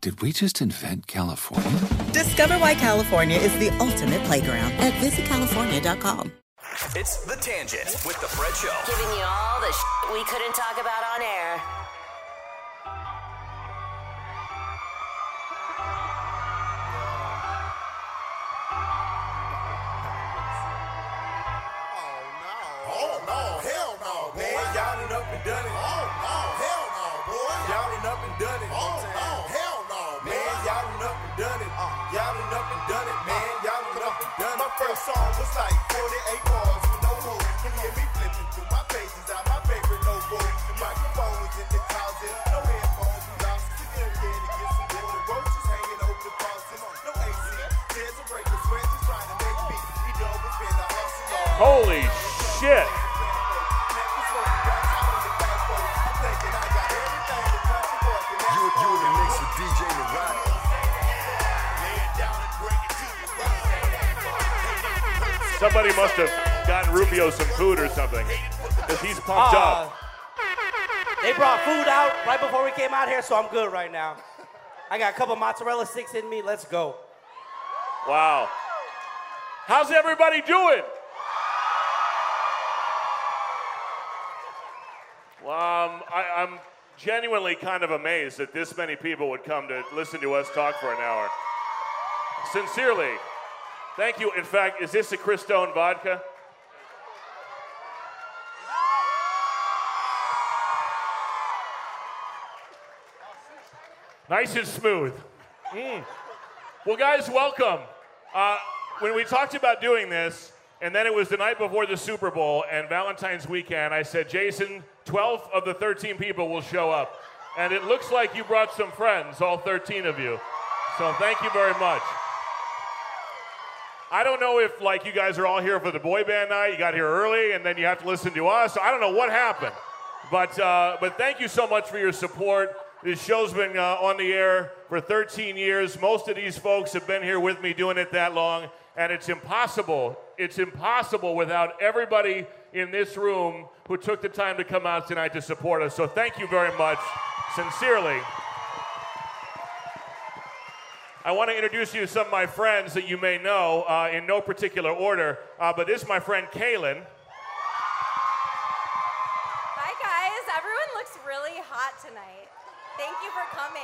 Did we just invent California? Discover why California is the ultimate playground at visitcalifornia.com. It's The Tangent with The Fred Show. Giving you all the sh- we couldn't talk about on air. Oh no, hell no, boy. Y'all done up and done it. Oh no, hell no, boy. Y'all done up and done it. Oh no, hell no, man. Y'all done up and done it. Y'all done up and done it, man. Y'all done up and done it. Uh. My first song was like 48 bars with no hook. You hear me flipping through my pages out my favorite notebook. The microphone was in the closet. No headphones, we lost. We didn't care to get some water. Roaches hanging over the faucet. No AC. There's a breaker. Sweat just trying to make me. We done with been the hustle. Holy shit! You, you in the mix with DJ Narada. Somebody must have gotten Rubio some food or something. Because he's pumped Uh, up. They brought food out right before we came out here, so I'm good right now. I got a couple mozzarella sticks in me. Let's go. Wow. How's everybody doing? Well, um, I, I'm genuinely kind of amazed that this many people would come to listen to us talk for an hour. Sincerely, thank you. In fact, is this a Cristone vodka? Nice and smooth. Mm. Well, guys, welcome. Uh, when we talked about doing this, and then it was the night before the Super Bowl and Valentine's weekend, I said, Jason, 12 of the 13 people will show up. And it looks like you brought some friends, all 13 of you. So thank you very much. I don't know if like you guys are all here for the boy band night. You got here early, and then you have to listen to us. I don't know what happened, but uh, but thank you so much for your support. This show's been uh, on the air for 13 years. Most of these folks have been here with me doing it that long, and it's impossible. It's impossible without everybody in this room who took the time to come out tonight to support us. So thank you very much, sincerely. I want to introduce you to some of my friends that you may know uh, in no particular order, uh, but this is my friend Kaylin. Hi guys, everyone looks really hot tonight. Thank you for coming.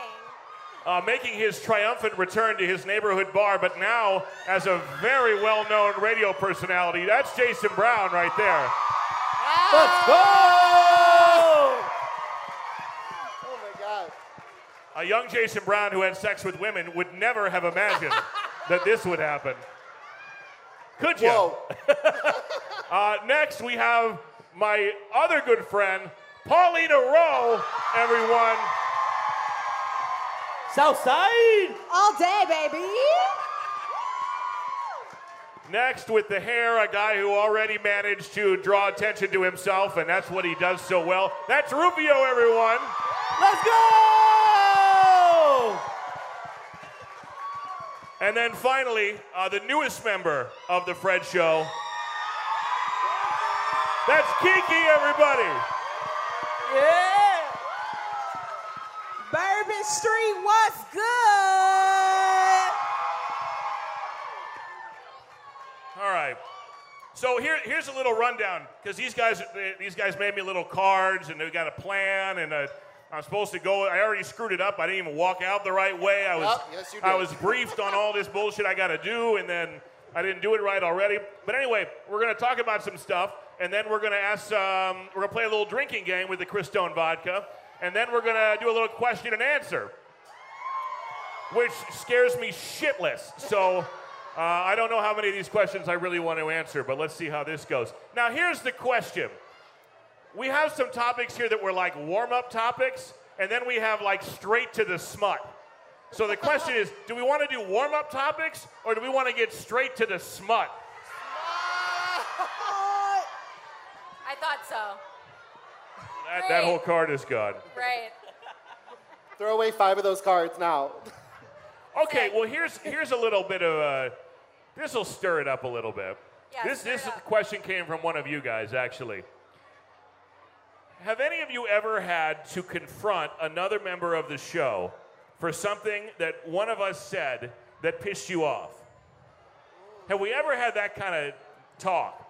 uh, making his triumphant return to his neighborhood bar, but now as a very well known radio personality. That's Jason Brown right there. Let's go! A young Jason Brown who had sex with women would never have imagined that this would happen. Could you? Whoa. Uh, next, we have my other good friend, Paulina Rowe, everyone. Southside! All day, baby. Next, with the hair, a guy who already managed to draw attention to himself, and that's what he does so well. That's Rubio, everyone. Let's go! And then finally, uh, the newest member of the Fred Show, That's Kiki, everybody. Yeah. Bourbon Street, what's good? All right. So here, here's a little rundown because these guys, these guys made me little cards and they got a plan and i I'm supposed to go. I already screwed it up. I didn't even walk out the right way. I was, Yup, yes, you I did. was briefed on all this bullshit I got to do, and then I didn't do it right already. But anyway, we're gonna talk about some stuff, and then we're gonna ask. Um, we're gonna play a little drinking game with the Cristone vodka, and then we're gonna do a little question and answer which scares me shitless. So uh, I don't know how many of these questions I really want to answer, but let's see how this goes. Now, here's the question We have some topics here that were like warm up topics, and then we have like straight to the smut. So the question is do we want to do warm up topics, or do we want to get straight to the smut? I thought so. That, that whole card is gone. Right. Throw away five of those cards now. Okay, well here's here's a little bit of a this will stir it up a little bit. Yeah, this stir this it up. question came from one of you guys actually. Have any of you ever had to confront another member of the show for something that one of us said that pissed you off? Have we ever had that kind of talk?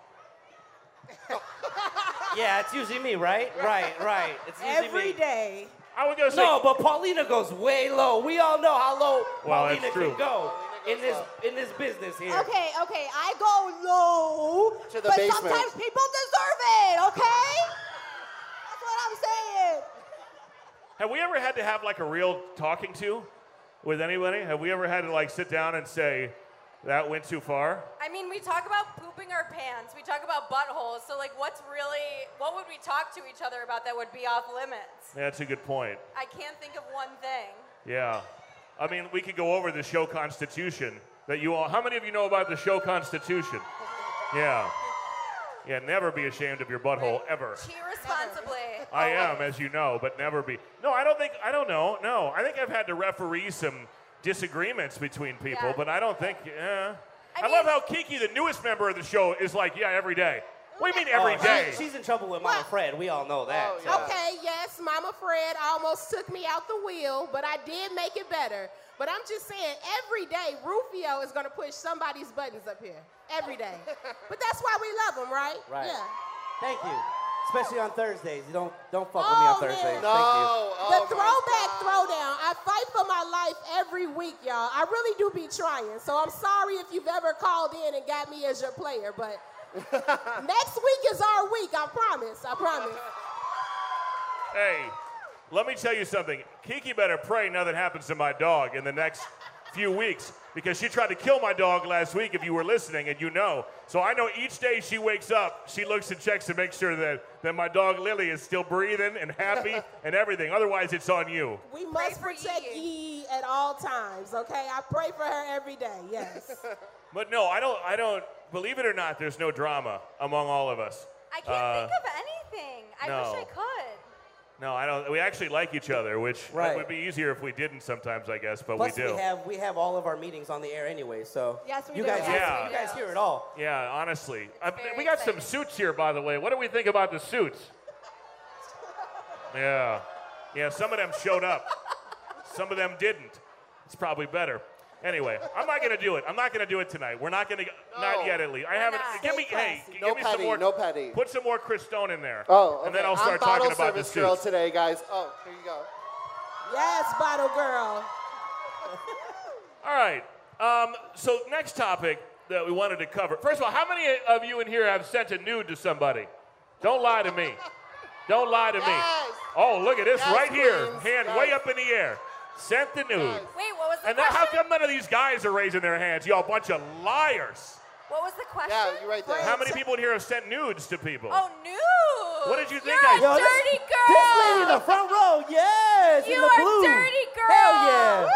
Yeah, it's usually me, right? Right, right. It's usually Every me. day. I would go say- No, but Paulina goes way low. We all know how low Well, that's Paulina true. can go in this in this business here. Uh, Okay, okay, I go low, To the but basement. sometimes people deserve it, okay? That's what I'm saying. Have we ever had to have like a real talking to with anybody? Have we ever had to like sit down and say that went too far? I mean, we talk about pooping our pants. We talk about buttholes. So, like, what's really, what would we talk to each other about that would be off limits? Yeah, that's a good point. I can't think of one thing. Yeah. I mean, we could go over the show Constitution that you all. How many of you know about the show Constitution? Yeah. Yeah, never be ashamed of your butthole, ever. Cheat responsibly. I am, as you know, but never be. No, I don't think, I don't know. No, I think I've had to referee some disagreements between people, Yeah. but I don't think, yeah. I, love how Kiki, the newest member of the show, is like, yeah, every day. What do you mean every Oh, she- day? she's in trouble with Mama Fred. We all know that. so. Oh, Okay, yes, Mama Fred almost took me out the wheel, but I did make it better. But I'm just saying, every day Rufio is going to push somebody's buttons up here. Every day. but that's why we love him, right? Right. Yeah. Thank you. Especially on Thursdays. You don't don't fuck Oh, with me on Thursdays. man. Thank you. uh, the throwback throwdown. I fight for my life every week, y'all. I really do be trying. So I'm sorry if you've ever called in and got me as your player, but next week is our week. I promise. I promise. Hey, let me tell you something. Kiki better pray nothing happens to my dog in the next few weeks because she tried to kill my dog last week if you were listening and you know. So I know each day she wakes up, she looks and checks to make sure that, that my dog Lily is still breathing and happy and everything. Otherwise, it's on you. We must protect E at all times, okay? I pray for her every day, yes. But no, I don't, I don't, believe it or not, there's no drama among all of us. I can't Uh, think of anything. I wish I no. could. No, I don't. We actually like each other, which Right. would be easier if we didn't sometimes, I guess, but Plus we do. have we have all of our meetings on the air anyway, so Yes, we you do. guys Yes, we you do. guys hear it all. Yeah, honestly. Uh, we got some suits here, by the way. What do we think about the suits? yeah. Yeah, some of them showed up, some of them didn't. It's probably better. Anyway, I'm not gonna do it. I'm not gonna do it tonight. We're not gonna, not yet at least. I haven't. Give me, hey, g- No give me some petty, more. no petty. Put some more Cristone in there. Oh, okay. and then I'll am start bottle talking about the service girl suits. today, guys. Oh, here you go. Yes, bottle girl. All right. Um, so next topic that we wanted to cover. First of all, how many of you in here have sent a nude to somebody? Don't lie to me. Don't lie to me. Oh, look at this Yes, right here, queens. hand Yes. way up in the air. Sent the nude. Wait, what was the And now, how question? come none of these guys are raising their hands? Y'all bunch of liars. What was the question? you're right there. How many people in here have sent nudes to people? Oh, nude. What did you think You're I- a Yo, this- dirty girl. This lady in the front row, yes, You in the are blue. dirty girl. Hell yeah.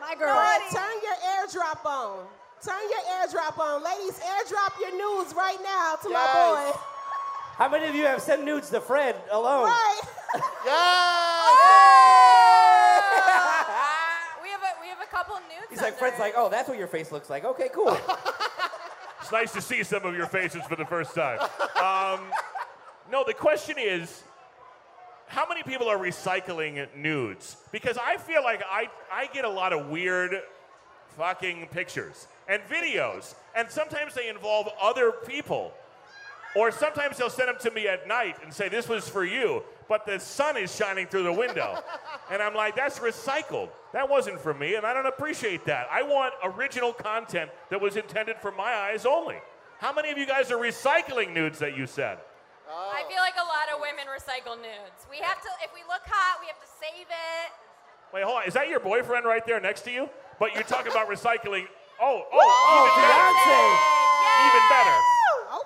My girl. turn your airdrop on. Turn your airdrop on. Ladies, airdrop your news right now to my boy. How many of you have sent nudes to Fred alone? Right. Oh! We have a we have a couple nudes. He's up like, Fred's there. like, oh, that's what your face looks like. Okay, cool. It's nice to see some of your faces for the first time. Um, No, the question is how many people are recycling nudes? Because I feel like I, I get a lot of weird fucking pictures and videos, and sometimes they involve other people. Or sometimes they'll send them to me at night and say, This was for you, but the sun is shining through the window. and I'm like, That's recycled. That wasn't for me, and I don't appreciate that. I want original content that was intended for my eyes only. How many of you guys are recycling nudes that you said? I feel like a lot of women recycle nudes. We have to, if we look hot, we have to save it. Wait, hold on. Is that your boyfriend right there next to you? But you talk about recycling. Oh, oh, oh, even better. Even better.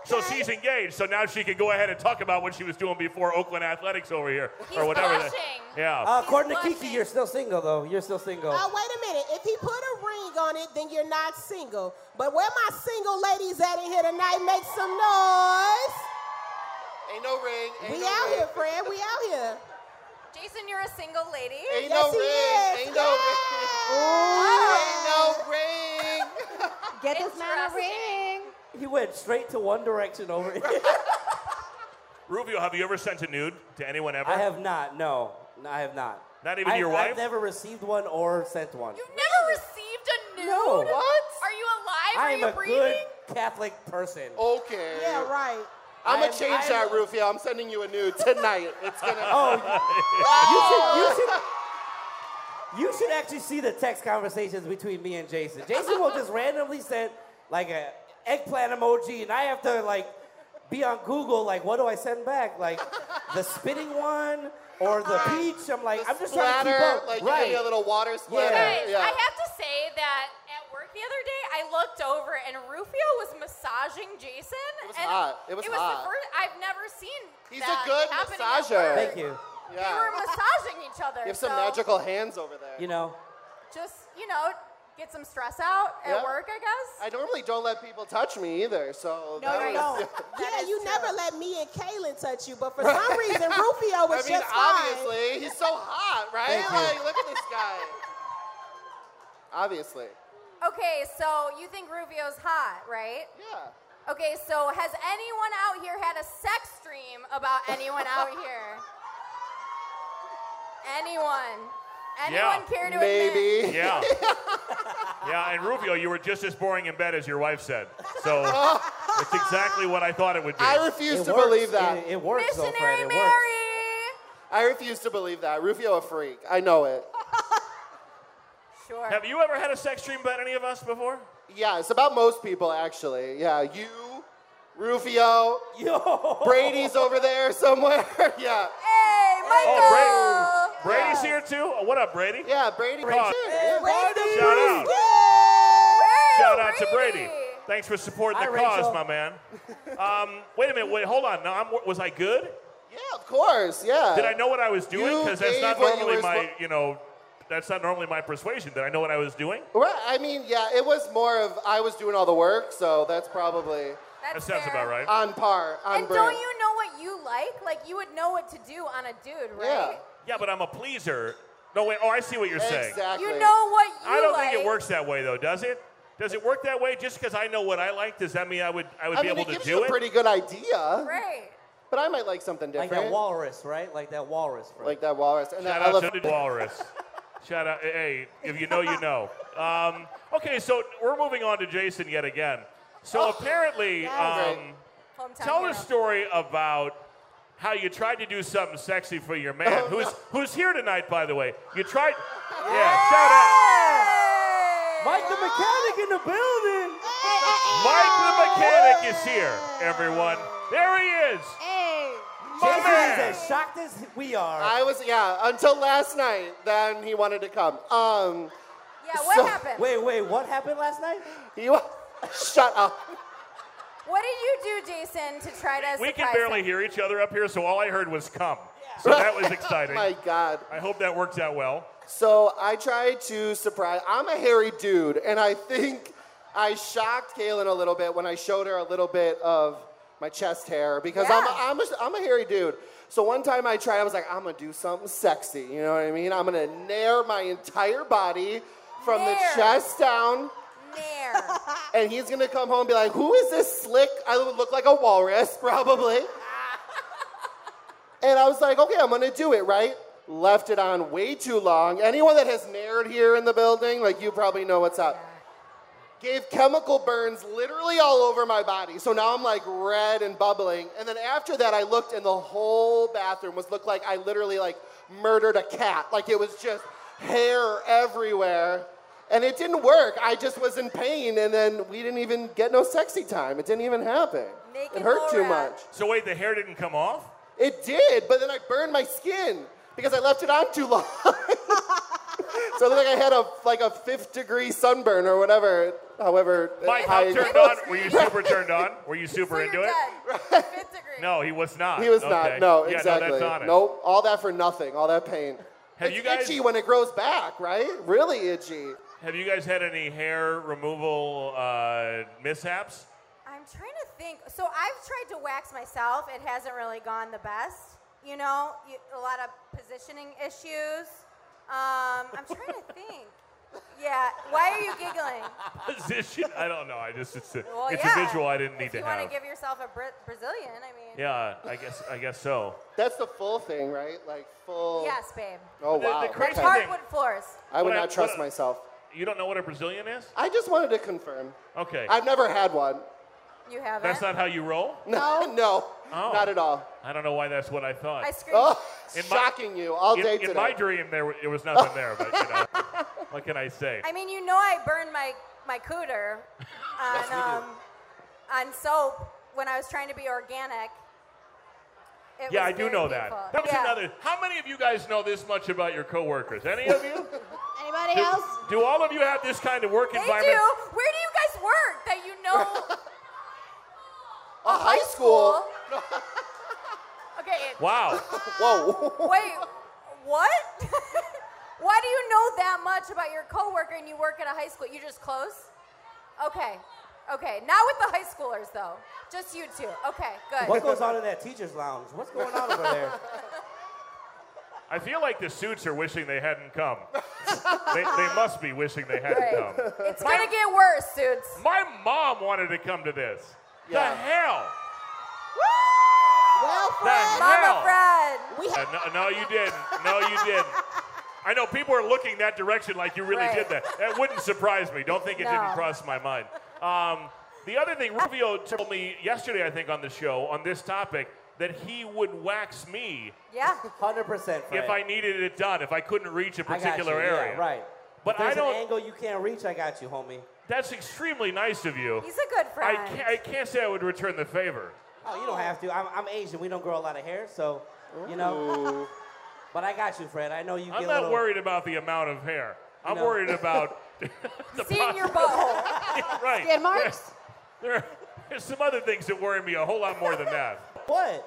So she's engaged. So now she can go ahead and talk about what she was doing before Oakland Athletics over here, or whatever. that- blushing. yeah. Uh, according to Kiki, you're still single though. You're still single. Oh, wait a minute. If he put a ring on it, then you're not single. But where my single ladies at in here tonight, make some noise. Ain't no ring. Ain't we no out ring. here, Fred. We out here. Jason, you're a single lady. Ain't no ring. Ain't no ring. Ain't no ring. Get this man a ring. He went straight to One Direction over here. Rubio, have you ever sent a nude to anyone ever? I have not. No, no I have not. Not even I- your I've wife? never received one or sent one. Never received a nude? No. What? Are you alive? I Are am you a breathing? good Catholic person. Okay. Oh, Yeah, right. I'm I'm- gonna change I'm- that, Rufio. I'm sending you a nude tonight. It's gonna. Oh, you should, you should, you should actually see the text conversations between me and Jason. Jason will just randomly send like a eggplant emoji, and I have to like be on Google like, what do I send back? Like the spitting one or the Uh, peach? I'm like, I'm just trying to keep splatter, up. like you right. give me a little water splatter. Guys, Yeah. I have to say that at work the other day, I looked over and Rufio was massaging Jason. It was hot. It was hot. The first, I've never seen. He's a that good happening at massager. work. Thank you. They Yeah. were massaging each other. You have some so magical hands over there. You know, Just you know, get some stress out at Yeah. work, I guess. I normally don't let people touch me either, so. No, that you was- don't. Yeah, you never let me and Kaylin touch you, but for some reason, Rufio was I mean, just fine. obviously, he's so hot, right? Thank you. like, look at this guy. Obviously. Okay, so you think Rufio's hot, right? Yeah. Okay, so has anyone out here had a sex dream about anyone out here? Anyone? Anyone Yeah. care to admit? Maybe. Yeah. yeah, and Rubio, you were just as boring in bed as your wife said. So it's exactly what I thought it would be. I refuse it to works. believe that. It, it works, though, Fred. Missionary It works. Mary. I refuse to believe that. Rufio a freak. I know it. Sure. have you ever had a sex dream about any of us before? Yeah, it's about most people actually. Yeah, you, Rufio, Yo. Brady's over there somewhere. yeah. Hey, Michael. Oh, Brady. Brady's here too. Oh, what up, Brady? Yeah, Brady. Come on. Yeah. Shout out. Where Shout is out to Brady. Thanks for supporting Hi, the cause, Rachel. my man. Um, wait a minute. Wait, hold on. Now, I'm, was I good? Yeah, of course. Yeah. Did I know what I was doing? You Because that's not gave what you normally were my, spo- you know, that's not normally my persuasion. Did I know what I was doing? Well, I mean, yeah, it was more of I was doing all the work, so that's probably That That's sounds fair. about right. on par. On And brand. don't you know what you like? Like you would know what to do on a dude, right? Yeah. yeah, but I'm a pleaser. No, wait. Oh, I see what you're saying. Exactly. You know what you I don't like. think it works that way, though, does it? Does it work that way? Just because I know what I like, does that mean I would I would I be mean, able to it gives do you a it? pretty good idea, Right. but I might like something Like different. that walrus, right? Like that walrus, Fred. Like that walrus. And Shout that out to elephant. the walrus. Shout out. Hey, if you know, you know. Um, okay, so we're moving on to Jason yet again. So apparently, Great. um, Hometown tell hero. the story about how you tried to do something sexy for your man, Oh, who's who's here tonight, by the way. You tried. Yeah, shout out. Mike the mechanic in the building. Mike the mechanic is here, everyone. There he is. My Jason man. is as shocked as we are. I was yeah until last night. Then he wanted to come. Um, Yeah, what So- happened? Wait, wait, what happened last night? he wa- shut up. What did you do, Jason, to try to We can surprise barely him? hear each other up here, so all I heard was come. So that was exciting. My God. I hope that works out well. So I tried to surprise. I'm a hairy dude, and I think I shocked Kaylin a little bit when I showed her a little bit of my chest hair because Yeah. I'm, a, I'm, a, I'm a hairy dude. So one time I tried, I was like, I'm gonna do something sexy. You know what I mean? I'm gonna nair my entire body from Nair. the chest down. Nair. and he's gonna come home and be like, "Who is this slick? I would look like a walrus, probably." And I was like, okay, I'm gonna do it, right? Left it on way too long. Anyone that has nared here in the building, like you probably know what's up. Gave chemical burns literally all over my body. So now I'm like red and bubbling. And then after that, I looked and the whole bathroom was looked like I literally like murdered a cat. Like it was just hair everywhere. And it didn't work. I just was in pain, and then we didn't even get no sexy time. It didn't even happen. it hurt too much. So wait, the hair didn't come off? It did, but then I burned my skin because I left it on too long. so it looked like I had a like a fifth degree sunburn or whatever. However, uh, Mike, how I, turned on? Were you super turned on? Were you super into it? No, he was not. He was Okay. not. No, yeah, exactly. No, that's honest. Nope, all that for nothing. All that pain. Have it's you guys- itchy when it grows back, right? Really itchy. Have you guys had any hair removal uh, mishaps? I'm trying to think. So I've tried to wax myself. It hasn't really gone the best. You know, you, a lot of positioning issues. Um, I'm trying to think. Yeah. Why are you giggling? Position? I don't know. I just it's a, Well, it's yeah. a visual I didn't need if to you have. want to give yourself a Bra- Brazilian, I mean. yeah, I guess I guess so. That's the full thing, right? Like full. Yes, babe. Oh wow. the crazy okay. Hardwood floors. I would What I- not trust what I- myself. You don't know what a Brazilian is? I just wanted to confirm. Okay. I've never had one. You haven't. That's not how you roll. No, no, Oh. not at all. I don't know why that's what I thought. I screamed. Oh, In my- shocking you all in, day in today. my dream, there wa- there was nothing there, but you know, what can I say? I mean, you know, I burned my my cooter on um, on soap when I was trying to be organic. It yeah, I was do very know painful. that. That was Yeah. another. How many of you guys know this much about your coworkers? Any of you? Anybody do, else? do all of you have this kind of work They environment? do. Where do you guys work that you know? A high school. okay. Wow. Whoa. Wait. What? Why do you know that much about your coworker and you work at a high school? You just close? Okay. Okay. Not with the high schoolers though. Just you two. Okay. Good. What goes on in that teacher's lounge? What's going on over there? I feel like the suits are wishing they hadn't come. they, they must be wishing they hadn't Right. come. It's gonna get worse, dudes. My mom wanted to come to this. Yeah. The hell? Well, The hell? Mama Fred. We Uh, no, no, you didn't. No, you didn't. I know people are looking that direction like you really Right. did that. That wouldn't surprise me. Don't think it No. didn't cross my mind. Um, the other thing, Rubio told me yesterday, I think, on the show on this topic, that he would wax me Yeah. Hundred percent. if I needed it done, if I couldn't reach a I got particular you, yeah, area. right. But If there's I don't. An angle you can't reach. I got you, homie. That's extremely nice of you. He's a good I friend. can't, I can't say I would return the favor. Oh, you don't have to. I'm, I'm Asian. We don't grow a lot of hair, so you know. But I got you, Fred. I know you. I'm get a not little, worried about the amount of hair. I'm No. worried about Seeing your butthole. right. Skid marks? There, there's some other things that worry me a whole lot more than that. What?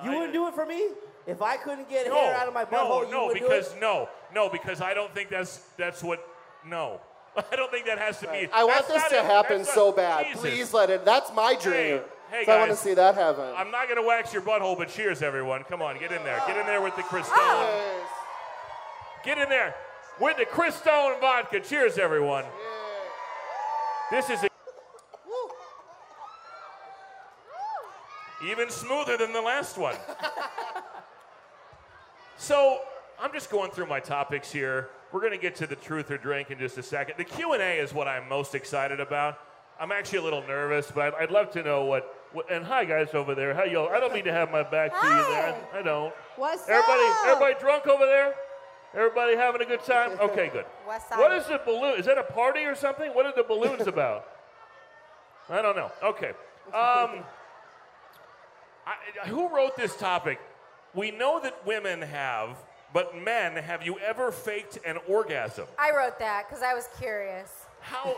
Uh, You wouldn't do it for me? If I couldn't get hair out of my no, butthole, you no, would because do it? no, no, because I don't think that's that's what. No, I don't think that has to be. I that's want this not to it. happen That's not- so bad. Jesus. Please let it. That's my dream. Hey, hey, so I want to guys. see that happen. I'm not gonna wax your butthole, but cheers, everyone. Come on, get in there. Get in there with the Cristone. Yes. Get in there with the Cristone vodka. Cheers, everyone. This is even smoother than the last one. so I'm just going through my topics here. We're going to get to the truth or drink in just a second. The Q and A is what I'm most excited about. I'm actually a little nervous, but I'd, I'd love to know what, what. And hi, guys over there. How y'all? I don't mean to have my back to you there. I don't. What's everybody, up? everybody drunk over there? Everybody having a good time? Okay, good. West What side. is the balloon? Is that a party or something? What are the balloons about? I don't know. Okay. Um, I, who wrote this topic? We know that women have, but men, have you ever faked an orgasm? I wrote that because I was curious. How?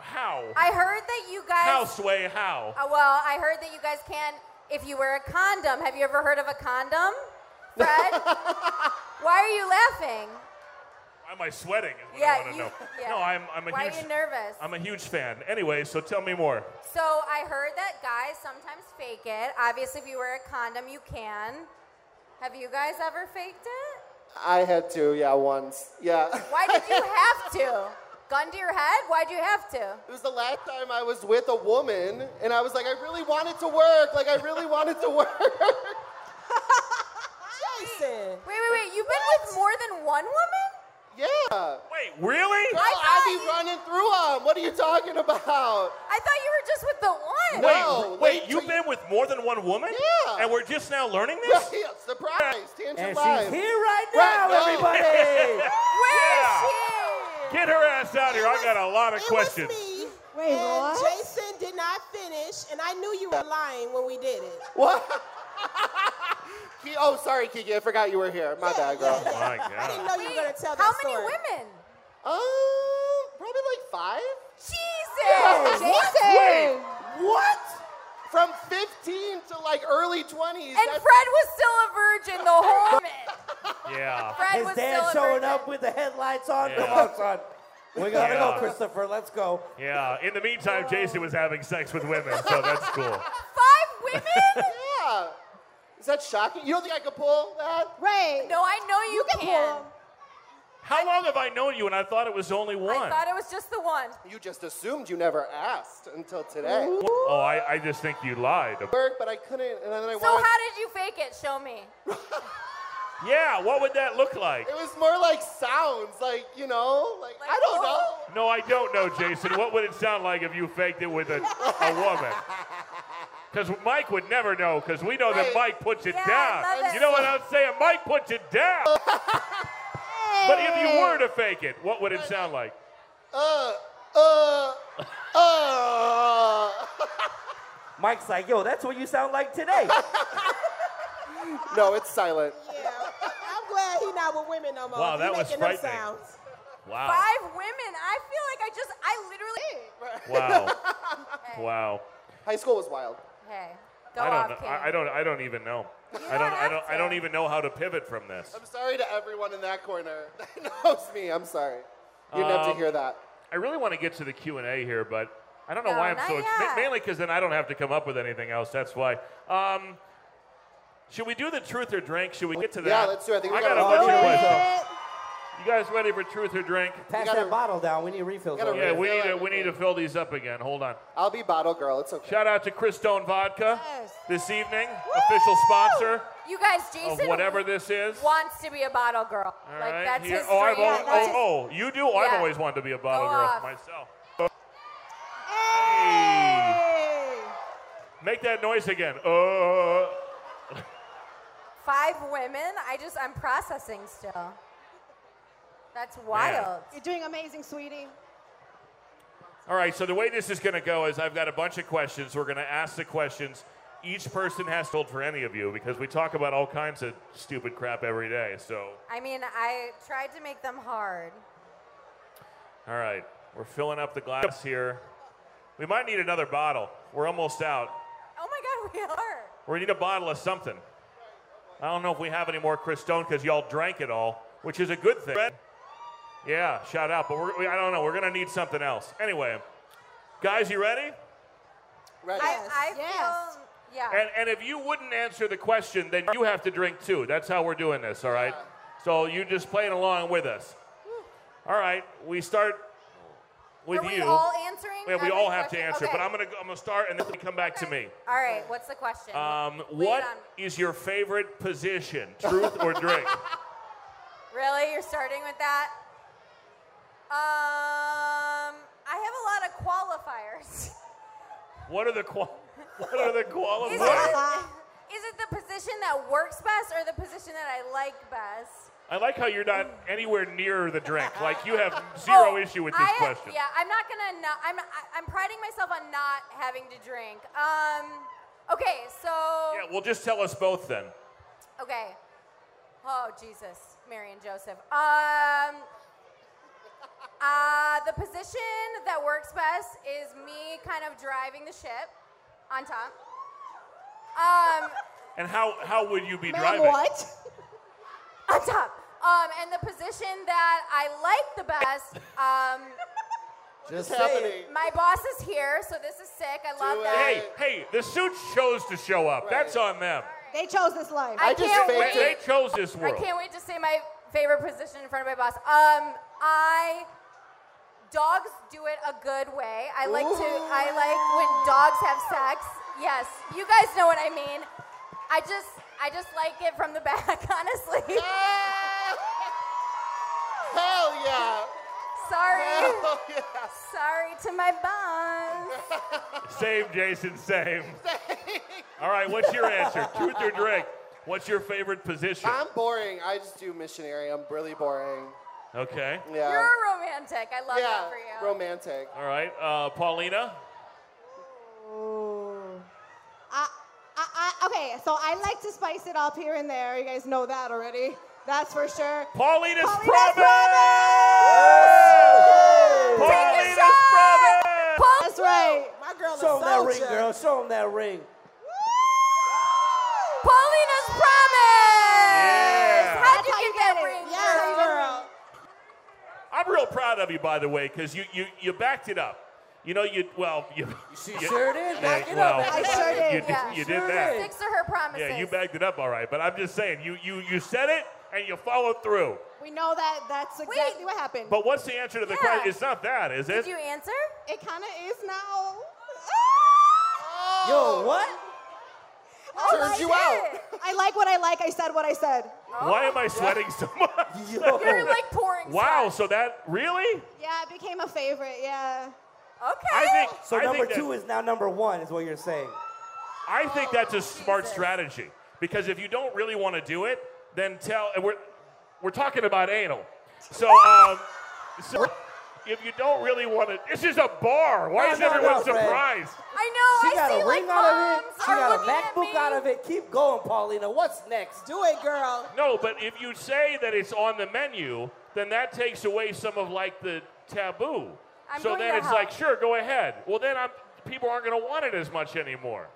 how? I heard that you guys. How, Sway? How? Uh, well, I heard that you guys can if you wear a condom. Have you ever heard of a condom, Fred? Why are you laughing? Why am I sweating? Is what Yeah, I want to you- know. yeah. No, I'm, I'm a Why huge. are you nervous? I'm a huge fan. Anyway, so tell me more. So I heard that guys sometimes fake it. Obviously, if you wear a condom, you can. Have you guys ever faked it? I had to, yeah, once. Yeah. Why did you have to? Gun to your head? Why'd you have to? It was the last time I was with a woman, and I was like, I really wanted to work. Like, I really wanted to work. Yeah. Wait, wait, wait. You've been with more than one woman? Yeah. Wait, really? Girl, I, be running through them. What are you talking about? I thought you were just with the one. Wait, wait, you've been with more than one woman? Yeah. And we're just now learning this? Yeah, surprise. Tangent And she's Live. here right Right now, everybody. Get her ass out here. I got a lot of questions. Wait, and Jason did not finish, and I knew you were lying when we did it. What? Ki- oh, sorry, Kiki. I forgot you were here. My bad, girl. yeah. Oh My I didn't know you were going to tell that How many story. women? Um, probably like five. Jesus! What? Jason! What? From 15 to like early And 20s. Fred was still a virgin the whole Yeah. Fred His was still dad a showing up with the headlights on, Yeah. the lights on. We gotta Yeah. go, Christopher. Let's go. Yeah. In the meantime, Jason was having sex with women, so that's cool. Five women? yeah. Is that shocking? You don't think I could pull that? Right. No, I know you, You can pull can. 'em. How long have I known you and I thought it was only I one? thought it was just the one. You just assumed you never asked until today. Oh, I, I just think you lied. Work, but I couldn't, and then I So wanted. how did you fake it? Show me. Yeah, what would that look like? it was more like sounds, like you know, like, I don't oh. know. No, I don't know, Jason. What would it sound like if you faked it with a, a woman? Because Mike would never know, because we know that Mike puts it Yeah, I down. love You it. know what I'm saying? Mike puts it down. But if you were to fake it, what would it sound like? Uh, uh, uh. Mike's like, yo, that's what you sound like today. uh. no, it's silent. I'm glad he not with women no more. Wow, He that was making them frightening. sounds. Wow. Five women. I feel like I just, I literally. Wow. Wow. High school was wild. Hey, go I off, don't, know. King. I, I don't. I don't even know. I don't. I don't. I don't even know how to pivot from this. I'm sorry to everyone in that corner that knows me. I'm sorry. You didn't have to Um, hear that. I really want to get to the Q and A here, but I don't know No, why I'm not so ex- yet. mainly because then I don't have to come up with anything else. That's why. Um, should we do the truth or drink? Should we get to that? Yeah, let's do it. I think we got gotta a bunch do of it. questions. You guys ready for truth or drink? Pass that bottle down. We need refills. gotta over Yeah, here. we need to, we need to fill these up again. Hold on. I'll be bottle girl. It's okay. Shout out to Chris Stone Vodka this evening, official sponsor You guys, of Jason whatever this is. wants to be a bottle girl. All like, right, that's here- his oh, I've dream. always, That's his- oh, oh, you do. I've Yeah. always wanted to be a bottle Go girl off. myself. Hey. Make that noise again. Uh, oh. Five women. I just, I'm processing still. That's wild. You're doing amazing, sweetie. all right. So the way this is going to go is I've got a bunch of questions. We're going to ask the questions. Each person has to hold for any of you because we talk about all kinds of stupid crap every day. So I mean, I tried to make them hard. all right, we're filling up the glass here. We might need another bottle. We're almost out. Oh my God, we are. We need a bottle of something. I don't know if we have any more Chris Stone because y'all drank it all, which is a good thing. Yeah, shout out. But we're, we, I don't know. We're gonna need something else. Anyway, guys, you ready? I, I feel, yeah. And and if you wouldn't answer the question, then you have to drink too. That's how we're doing this. All right. So you just playing along with us. All right. We start with Are we you. all answering? yeah, we every all have to question? answer. Okay. But I'm gonna go- I'm gonna start and then you come back to me. All right, what's the question? Um, Lead what on. is your favorite position? Truth or drink? Really? You're starting with that? Um, I have a lot of qualifiers. What are the qual? What are the Is qualifiers? it, is it the position that works best or the position that I like best? I like how you're not anywhere near the drink. Like you have zero issue with this Oh, I- question. Yeah, I'm not gonna. Not, I'm. I- I'm priding myself on not having to drink. Um. Okay, so. Yeah, well, just tell us both then. Okay. Oh Jesus, Mary and Joseph. Um. Uh, the position that works best is me kind of driving the ship on top. Um, And how how would you be Ma'am, driving? what? on top. Um, and the position that I like the best. Um, Just my boss is here, so this is sick. I love that. Hey, hey, the suits chose to show up. That's on them. They chose this life. I I just can't They, wait. they chose this I world. can't wait to say my favorite position in front of my boss. Um, I dogs do it a good way. I like to. I like when dogs have sex. Yes, you guys know what I mean. I just I just like it from the back, honestly. Hell yeah! Sorry. Hell yeah. Sorry to my buns. Same, Jason, same. All right, what's your answer? Truth or drink? What's your favorite position? I'm boring. I just do missionary. I'm really boring. Okay. Yeah. You're a romantic. I love Um, yeah. that for you. Romantic. All right, uh, Paulina. I, I, okay, so I like to spice it up here and there. You guys know that already. That's for sure. Paulina's Paulina's promise. Paulina's promise. That's right. My girl Show them that is ring, soldier. girl. Show them that ring. Paulina's promise. Yeah. How'd That's you how get you that get it. ring, Yeah, girl? girl. I'm real proud of you, by the way, because you, you, you backed it up. You know, you, well, you. She sure did back it well, up. I sure did, You, did- yeah. you Sure did that. did. Sticks to her promises. Yeah, you backed it up all right, but I'm just saying, you, you, you said it and you followed through. We know that that's exactly what happened. But what's the answer to the Yeah. question? It's not that, is it? Did you answer? it kind of is now. Oh! Oh. Yo, what? I Turns like you it. out. I like what I like. I said what I said. Why am I sweating so much? Yo. You're like pouring Wow, sweat. so that really? Yeah, it became a favorite. Yeah. Okay. I think So I number think two that, is now number one, is what you're saying. I think that's a smart strategy because if you don't really want to do it, then tell. And we're we're talking about anal, so um, so if you don't really want to, this is a bar. Why No, is no, everyone no, Fred. surprised? I know. Oh, She I got see a like ring out of it. moms She are got a looking at MacBook me. out of it. Keep going, Paulina. What's next? Do it, girl. No, but if you say that it's on the menu, then that takes away some of like the taboo. I'm so going then to it's help. like, sure, go ahead. Well, then I'm, people aren't going to want it as much anymore,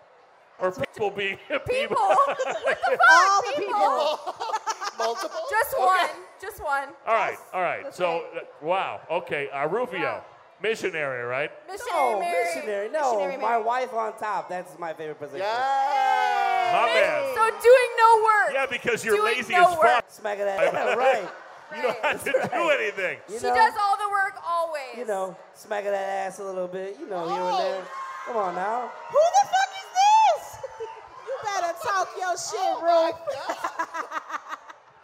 or people being People. what the fuck? All the people. people. Multiple. Just Okay. one. Just one. All right, all right. that's So, uh, wow. Okay, uh, Rufio, missionary, right? Missionary No, Mary. missionary. No, Missionary my Mary. wife on top. That's my favorite position. Yeah. My man. So doing no work. Yeah, because you're Doing lazy no as work. fuck. Smack of that. Yeah, right. You don't have to do anything. You She know, does all the work always. You know, smack of that ass a little bit. You know, here and there. Come on now. Who the fuck is this? You better talk your shit, bro.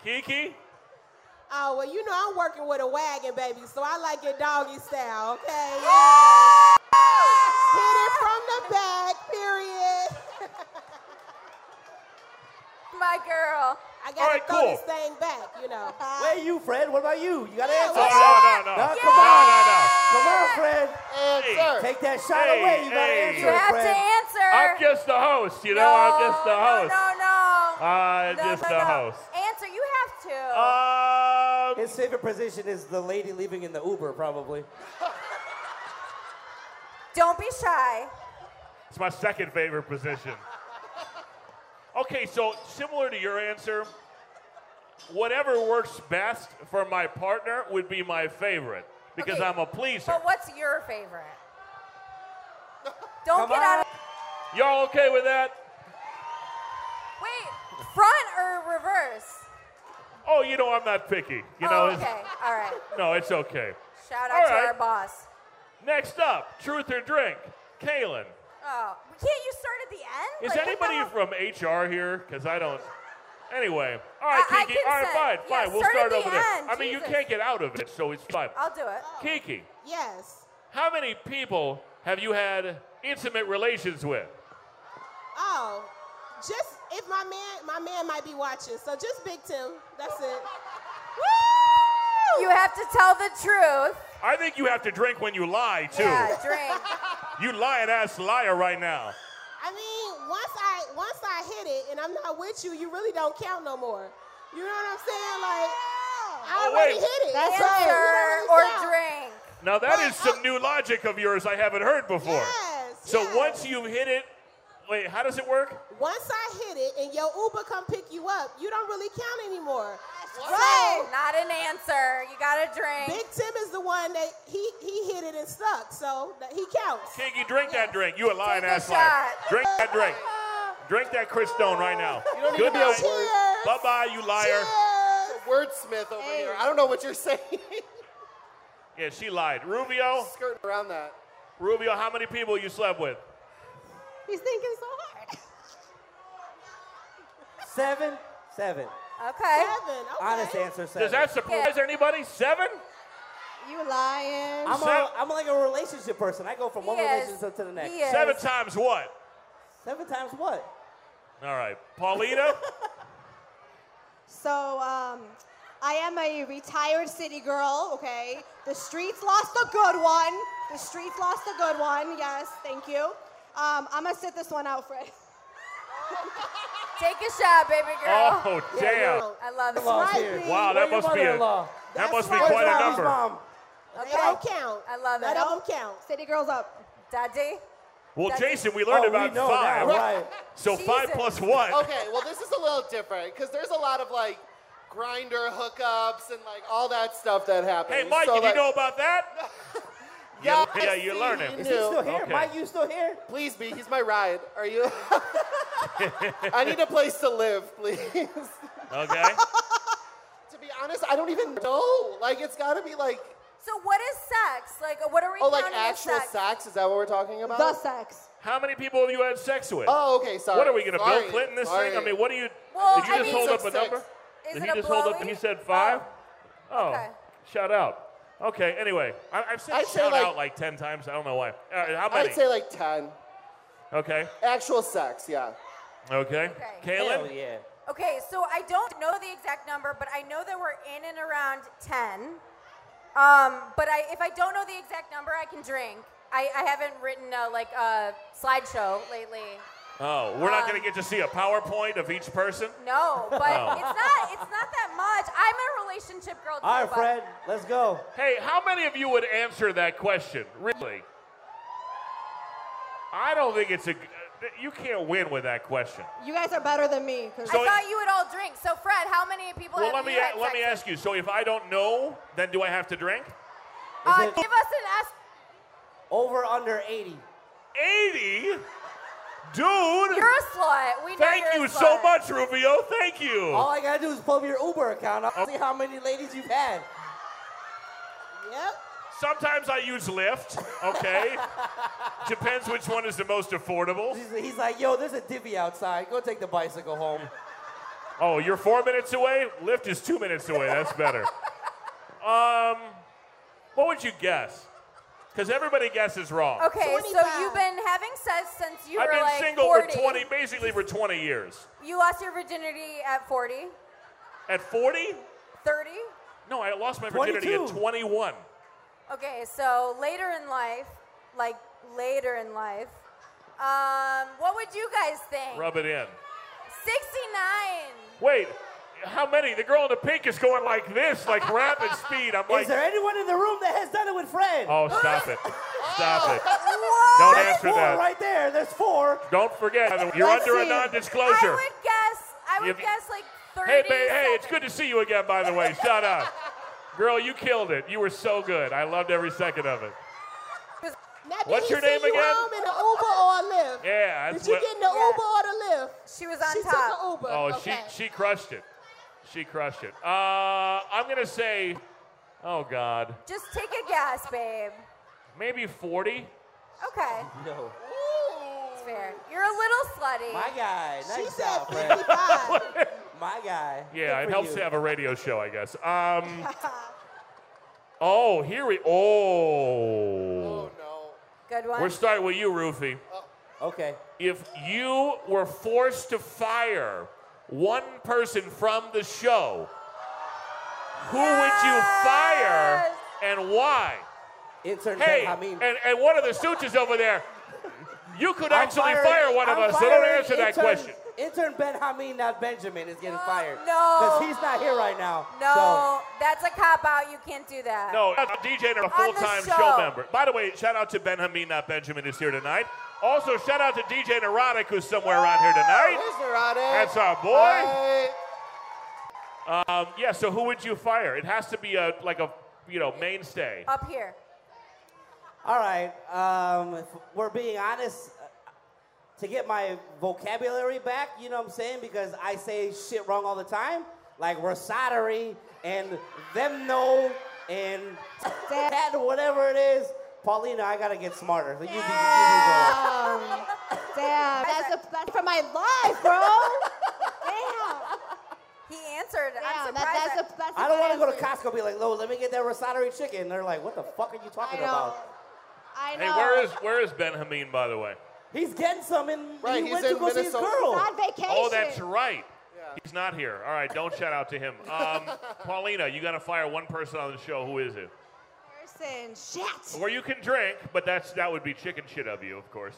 Kiki, Oh, well, you know I'm working with a wagon, baby, so I like it doggy style, okay? Yeah. Hit it from the back, period. My girl. I gotta right, throw cool. this thing back, you know. Where you, Fred? What about you? You got to answer. No, that. no, no, no. No, come No, Come on, Fred. Answer. Take that Hey, shot away. You got to hey. answer, You have Fred. to answer. no, no. I'm just the host, you know? I'm just the No, host. No, no, no. I'm No, just no, the no. host. Uh, Answer. You have to. Um, His favorite position is the lady leaving in the Uber, probably. Don't be shy. it's my second favorite position. Okay, so similar to your answer, whatever works best for my partner would be my favorite because Okay, I'm a pleaser. But what's your favorite? Don't Come get out of. Y'all okay with that? Wait, front or reverse? Oh, you know I'm not picky. You know, oh, it's- okay. All right. no, it's okay. Shout All out to right. our boss. Next up, truth or drink, Kalen. Oh, can't you start at the end? Is Like, what anybody the- from HR here? Because I don't. Anyway, all right, I- I Kiki. can all right, say- fine, yeah, fine. we'll start at start the over end, there. I mean, Jesus. you can't get out of it, so it's fine. I'll do it. Kiki, Yes. how many people have you had intimate relations with? Oh, just if my man, my man might be watching, so just Big Tim. That's it. You have to tell the truth. I think you have to drink when you lie too. Yeah, drink. You lying ass liar right now. I mean, once I once I hit it and I'm not with you, you really don't count no more. You know what I'm saying? Like, I Oh, already wait. hit it. Answer You don't really or count. drink. Now that Well, is some I- new logic of yours I haven't heard before. Yes, so yes. once you hit it, wait, how does it work? Once I hit it and your Uber come pick you up, you don't really count anymore. Right. Not an answer. You gotta drink. Big Tim is the one that he he hit it and stuck, so that he counts. Kiki, drink that drink. You a lying a ass shot. liar. Drink that drink. Drink that Cristone right now. Good night. Cheers. Bye bye, you liar. Cheers. Wordsmith over here. I don't know what you're saying. Yeah, she lied. Rubio, Skirting around that. Rubio, how many people you slept with? He's thinking so hard. Seven, seven. Okay. Seven. Honest answer, seven. Does that surprise anybody? Seven? You lying. I'm, a, I'm like a relationship person. I go from one He is. relationship to the next. He is. Seven times what? Seven times what? All right. Paulina? So, um, I am a retired city girl, okay? The streets lost the good one. The streets lost the good one, yes, thank you. Um, I'm gonna sit this one out, Fred. Take a shot, baby girl. Oh, damn. I love it. That's right, Lee. Wow, that Where's must your be a- mother-in-law? that That's must be right, quite a Bobby's number. mom. Okay. don't count. I love That it. don't count. City girls up. Daddy? Well, That's- Jason, we learned Oh, we about know five. now, right. So five plus what? Okay, well, this is a little different because there's a lot of like grinder hookups and like all that stuff that happens. Hey, Mike, So, did you like- know about that? Yes, yeah, you're learning. He Is he knew. still here? Okay. Mike, you still here? Please be. He's my ride. Are you? I need a place to live, please. to Okay. be honest, I don't even know. Like, it's got to be like, So what is sex? Like, what are we oh, like counting as actual sex? sex. Is that what we're talking about? The sex. How many people have you had sex with? Oh, okay, sorry. What are we going to Bill Sorry, Clinton this sorry. thing? I mean, what do you? Well, did you I just mean- hold up a Six, six. number? Is did it he a just hold up and blowy? he said five? Oh, Okay. shout out. Okay. Anyway, I, I've said I'd say shout like- out like ten times. I don't know why. All right, how many? I'd say like 10. okay. Actual sex, yeah. Okay. Kaylin. Hell yeah. Okay, so I don't know the exact number, but I know that we're in and around 10. Um, but I, if I don't know the exact number, I can drink. I, I haven't written a, like a slideshow lately. Oh, we're not Um, going to get to see a PowerPoint of each person. No, but Oh. it's not. It's not that much. I'm a relationship girl too. All right, but Fred. Let's go. Hey, how many of you would answer that question? Really? I don't think it's a. You can't win with that question. You guys are better than me. 'cause- I thought you would all drink. So, Fred, how many people Well, have let me you had a- let sex me ask you. So, if I don't know, then do I have to drink? with? Uh, give us an ask. Over under 80. 80? Dude! You're a slut. We know Thank you're you a slut. so much, Rubio. Thank you. All I got to do is pull up your Uber account. I'll see how many ladies you've had. Yep. Sometimes I use Lyft. Okay. Depends which one is the most affordable. He's, he's like, yo, there's a divvy outside. Go take the bicycle home. Oh, you're four minutes away. Lyft is two minutes away. That's better. um, what would you guess? Because everybody guesses wrong. Okay, so you've been having sex since you I've were been like single 40. for 20, basically for 20 years. You lost your virginity at 40, At 40? 30. No, I lost my virginity at 22. 21. Okay, so later in life, like later in life, um, what would you guys think? Rub it in. 69. Wait, how many? The girl in the pink is going like this, like rapid speed. I'm like, Is there anyone in the room that has done it with Fred? oh, stop it. Stop it. What? Don't That's answer four that. right there. There's four. Don't forget, you're Let's under a see. non disclosure. I would guess. I would If- guess like 30. Hey, babe, hey, it's good to see you again, by the way. Shut up. Girl, you killed it. You were so good. I loved every second of it. Now, did What's he your name send you again? home in an Uber or a Lyft? Yeah, Did that's you what- get in the Yeah. Uber or the Lyft? She was on she top. took an Uber. Oh, okay. she she crushed it. She crushed it. Uh, I'm gonna say, oh God, Just take a guess, babe. maybe 40. Okay, No. it's fair. You're a little slutty. My guy. She Nice said job, Fred. 55. My guy. Yeah, Good it for helps you. to have a radio show, I guess. Um, oh, here we. Oh, Good one. we're starting with you, Rufy. Okay. If you were forced to fire one person from the show, who would you fire and why? Intern Hey, Ben Hameen. and, and one of the Stooges over there, you could I'm actually firing- fire one of I'm us, so don't firing answer that intern- question. Intern Ben Hameen, not Benjamin, is Oh, getting fired. no. Because he's not here right now. no, So. that's a cop out. You can't do that. No, a DJ and a On the full-time show. show. member. By the way, shout out to Ben Hameen, not Benjamin, is here tonight. Also, shout out to DJ Neurotic, who's somewhere around here tonight. There's neurotic. That's our boy. Oh, Hi. Um, yeah, so who would you fire? It has to be a like a you know Uh, mainstay. Up here. All right. Um, if we're being honest. uh, To get my vocabulary back, you know what I'm saying? Because I say shit wrong all the time. Like we're sorry and them no and that whatever it is. Paulina, I gotta get smarter. So you, can- you Damn. Damn. That's, a, that's for my life, bro. Damn. weird. I'm Damn, that- that's surprised. a- that's I don't want to go to Costco and be like, Lo, let me get that Rosatory chicken. They're like, what the fuck are you talking I know. about? I Hey, know. where is where is Ben Hameen, by the way? He's getting some in. Right, he he's went in to go see Minnesota. his girl. He's on vacation. Oh, that's right. He's not here. All right, don't shout out to him. Um, Paulina, you got to fire one person on the show. Who is it? Person, shit. Where you can drink, but that's that would be chicken shit of you, of course.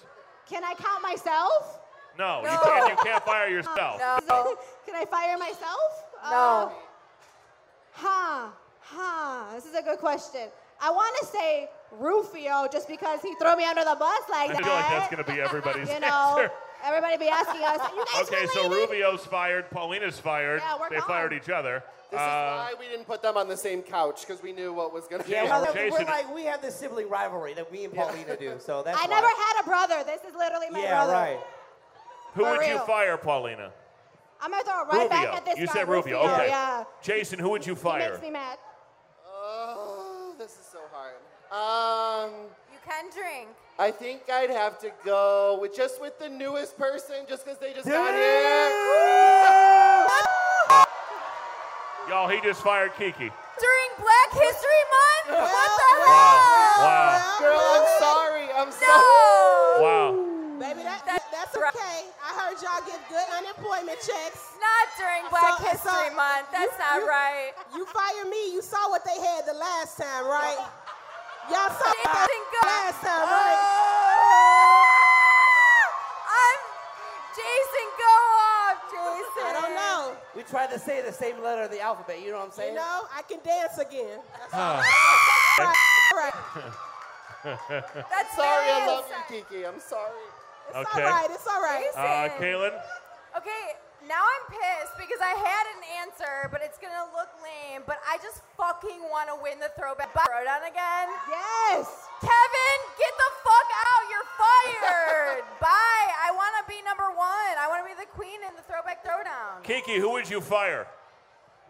Can I count myself? No, you No. can't. You can't fire yourself. Can I fire myself? No. Uh, huh. Huh. This is a good question. I want to say Rufio just because he threw me under the bus like I that. feel like that's gonna be everybody's you know, answer. everybody be asking us. You guys Okay, so Rubio's fired. Paulina's fired. Yeah, we're they gone. fired each other. Uh, This is why we didn't put them on the same couch because we knew what was going to Yeah, happen. we're, we're Jason- like, we have this sibling rivalry that me and Paulina do. So that's I why. never had a brother. This is literally my Yeah, brother. right. who for would you real. fire, Paulina? I'm gonna throw it right Rubio. back at this you guy. said Rubio. Okay. Yeah. Jason, who would you fire? Makes me mad. Oh, this is so hard. Um, You can drink. I think I'd have to go with just with the newest person, just because they just got here. Y'all, he just fired Kiki. During Black History Month? What the hell? Wow. Girl, I'm sorry. I'm sorry. No! Wow. Baby, that, that's okay. I heard y'all get good unemployment checks. Not during Black So- so History Month. That's you- not you- right. You fire me. You saw what they had the last time, right? Y'all saw They what didn't they go. Oh. had last time, right? I'm Jason. Go off, Jason. I don't know. We tried to say the same letter of the alphabet. You know what I'm saying? You know, I can dance again. That's Sorry, I nice. love you, Kiki. I'm sorry. It's Okay. all right. It's all right. Jason. Uh, Kaylin? Okay, now I'm pissed because I had an answer, but it's gonna look lame. But I just fucking want to win the throwback throwdown again. Yes. Kevin, get the fuck out. You're fired. Bye. I want to be number one. I want to be the queen in the throwback throwdown. Kiki, who would you fire?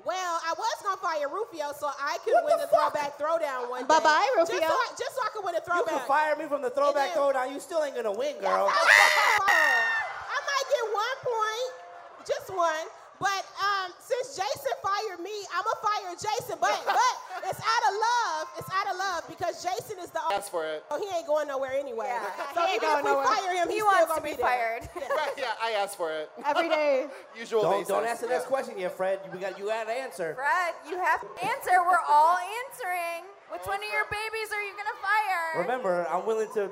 Well, I was gonna fire Rufio so I could win the, throwback throwdown one day. Bye-bye, Just so Rufio. I- Just so, I could win a You throwback. can fire me from the throwback It is. throwdown. You still ain't gonna win, girl. I might get one point, just one. But um, since Jason fired me, I'm gonna fire Jason. But but it's out of love. It's out of love because Jason is the. Ask for it. Oh, he ain't going nowhere anyway. Yeah, So he ain't even going if we nowhere. fire him, He he's still wants gonna to be there. fired. Right, yeah, I asked for it. Every day. Usual Don't, basis. don't answer yeah. this question yet, Fred. We got you got an answer. Brad, you have to answer. We're all answering. Which one of your babies are you gonna fire? Remember, I'm willing to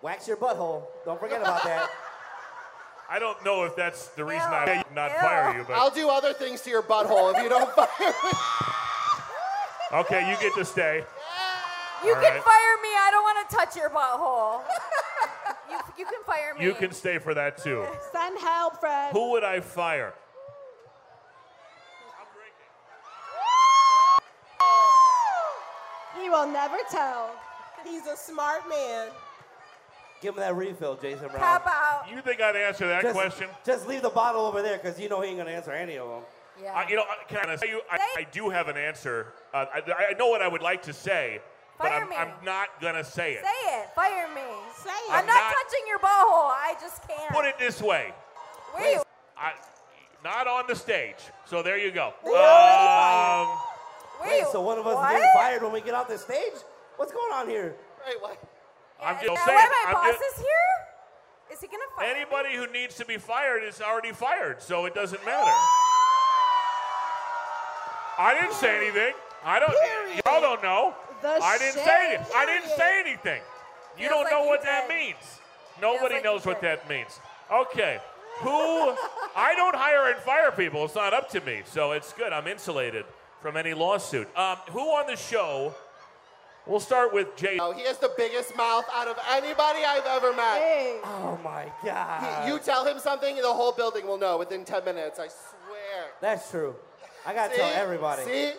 wax your butthole. Don't forget about that. I don't know if that's the reason Ew. I would not Ew. fire you, I'll but do other things to your butthole if you don't fire me. okay, you get to stay. You All can right. fire me. I don't want to touch your butthole. you, you can fire me. You can stay for that too. Send help, Fred. Who would I fire? He will never tell. He's a smart man. Give him that refill, Jason Brown. Pop out. You think I'd answer that Just- question? Just leave the bottle over there because you know he ain't gonna answer any of them. Yeah. I, you know, I- can I tell you? I, I do have an answer. Uh, I, I know what I would like to say, but Fire I'm, me. I'm not gonna say it. Say it. Fire me. Say it. I'm I'm not, not- touching your butthole. I just can't. Put it this way: Wait. I, not on the stage. So there you go. already Um, Wait. so one of us what? is getting fired when we get off the stage? What's going on here? Right, what? I'm Is just that saying. why my I'm boss just- is here? Is he gonna fire me? Anybody who needs to be fired is already fired, so it doesn't matter. I didn't say anything. I don't. Period. Y'all don't know. The I didn't shit. say anything. I didn't Period. say anything. You Feels don't like know you what that did. means. Nobody like you knows what did. that means. Okay. Who? I don't hire and fire people. It's not up to me, so it's good. I'm insulated from any lawsuit. Um, who on the show? We'll start with Jay. No, Oh, he has the biggest mouth out of anybody I've ever met. Hey. Oh my god. He- you tell him something, the whole building will know within 10 minutes. I swear. That's true. I gotta See? tell everybody. See?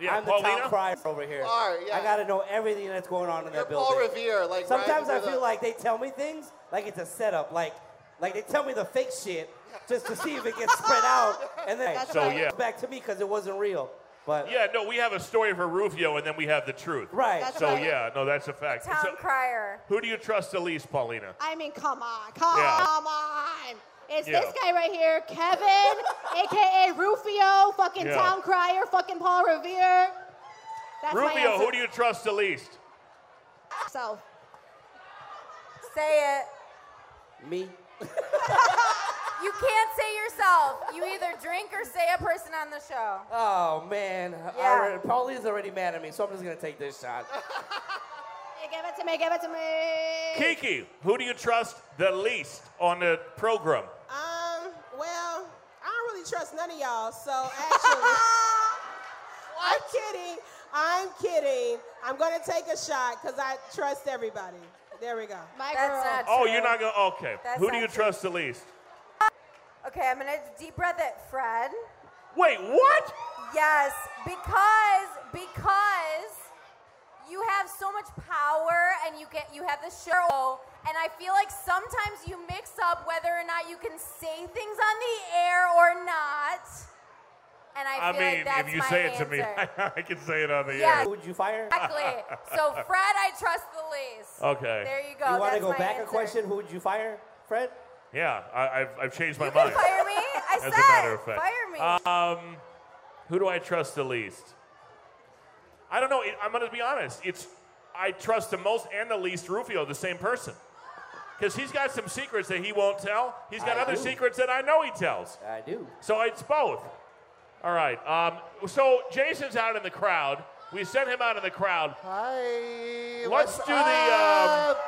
Yeah, I'm the Paulina. top prior over here. You are, yeah. I gotta know everything that's going on in You're that building. Paul Revere. Like, right Sometimes I before feel the- like they tell me things like it's a setup, like like they tell me the fake shit just to see if it gets spread out, and then That's So, right. yeah. it's back to me because it wasn't real. But Yeah, no, we have a story for Rufio, and then we have the truth. right, That's So right. yeah, no, that's a fact. Town So, crier. who do you trust the least, Paulina? I mean, come on, come Yeah. on. It's Yeah. this guy right here, Kevin, aka Rufio, fucking Yeah. town crier, fucking Paul Revere. That's my Rubio, answer. who do you trust the least? So, Say it. Me? You can't say yourself. You either drink or say a person on the show. Oh man, Yeah. Alright, Pauline's already mad at me, so I'm just gonna take this shot. hey, give it to me, give it to me. Kiki, who do you trust the least on the program? Um, well, I don't really trust none of y'all, so actually. I'm kidding. I'm kidding. I'm going to take a shot because I trust everybody. There we go. My That's girl. not Oh, you're not going to. Okay. That's who do not you true. trust the least? Okay, I'm gonna deep breath it, Fred. Wait, what? Yes, because because you have so much power and you get you have the show and I feel like sometimes you mix up whether or not you can say things on the air or not. And I, I, feel mean, like that's if you my say answer. it to me, I, can say it on the Yeah. air. Who would you fire? Exactly. So Fred, I trust the least. Okay. There you go. You want That's to go my back a answer. question? Who would you fire, Fred? Yeah, I, I've, I've changed my You mind. can fire me. I as said, a matter of fact. fire me. Um, who do I trust the least? I don't know. It- I'm going to be honest. It's I trust the most and the least Rufio, the same person, because he's got some secrets that he won't tell. He's got I other do. secrets that I know he tells. I do. So it's both. All right. Um, so Jason's out in the crowd. We sent him out in the crowd. Hi. Let's what's do the, up?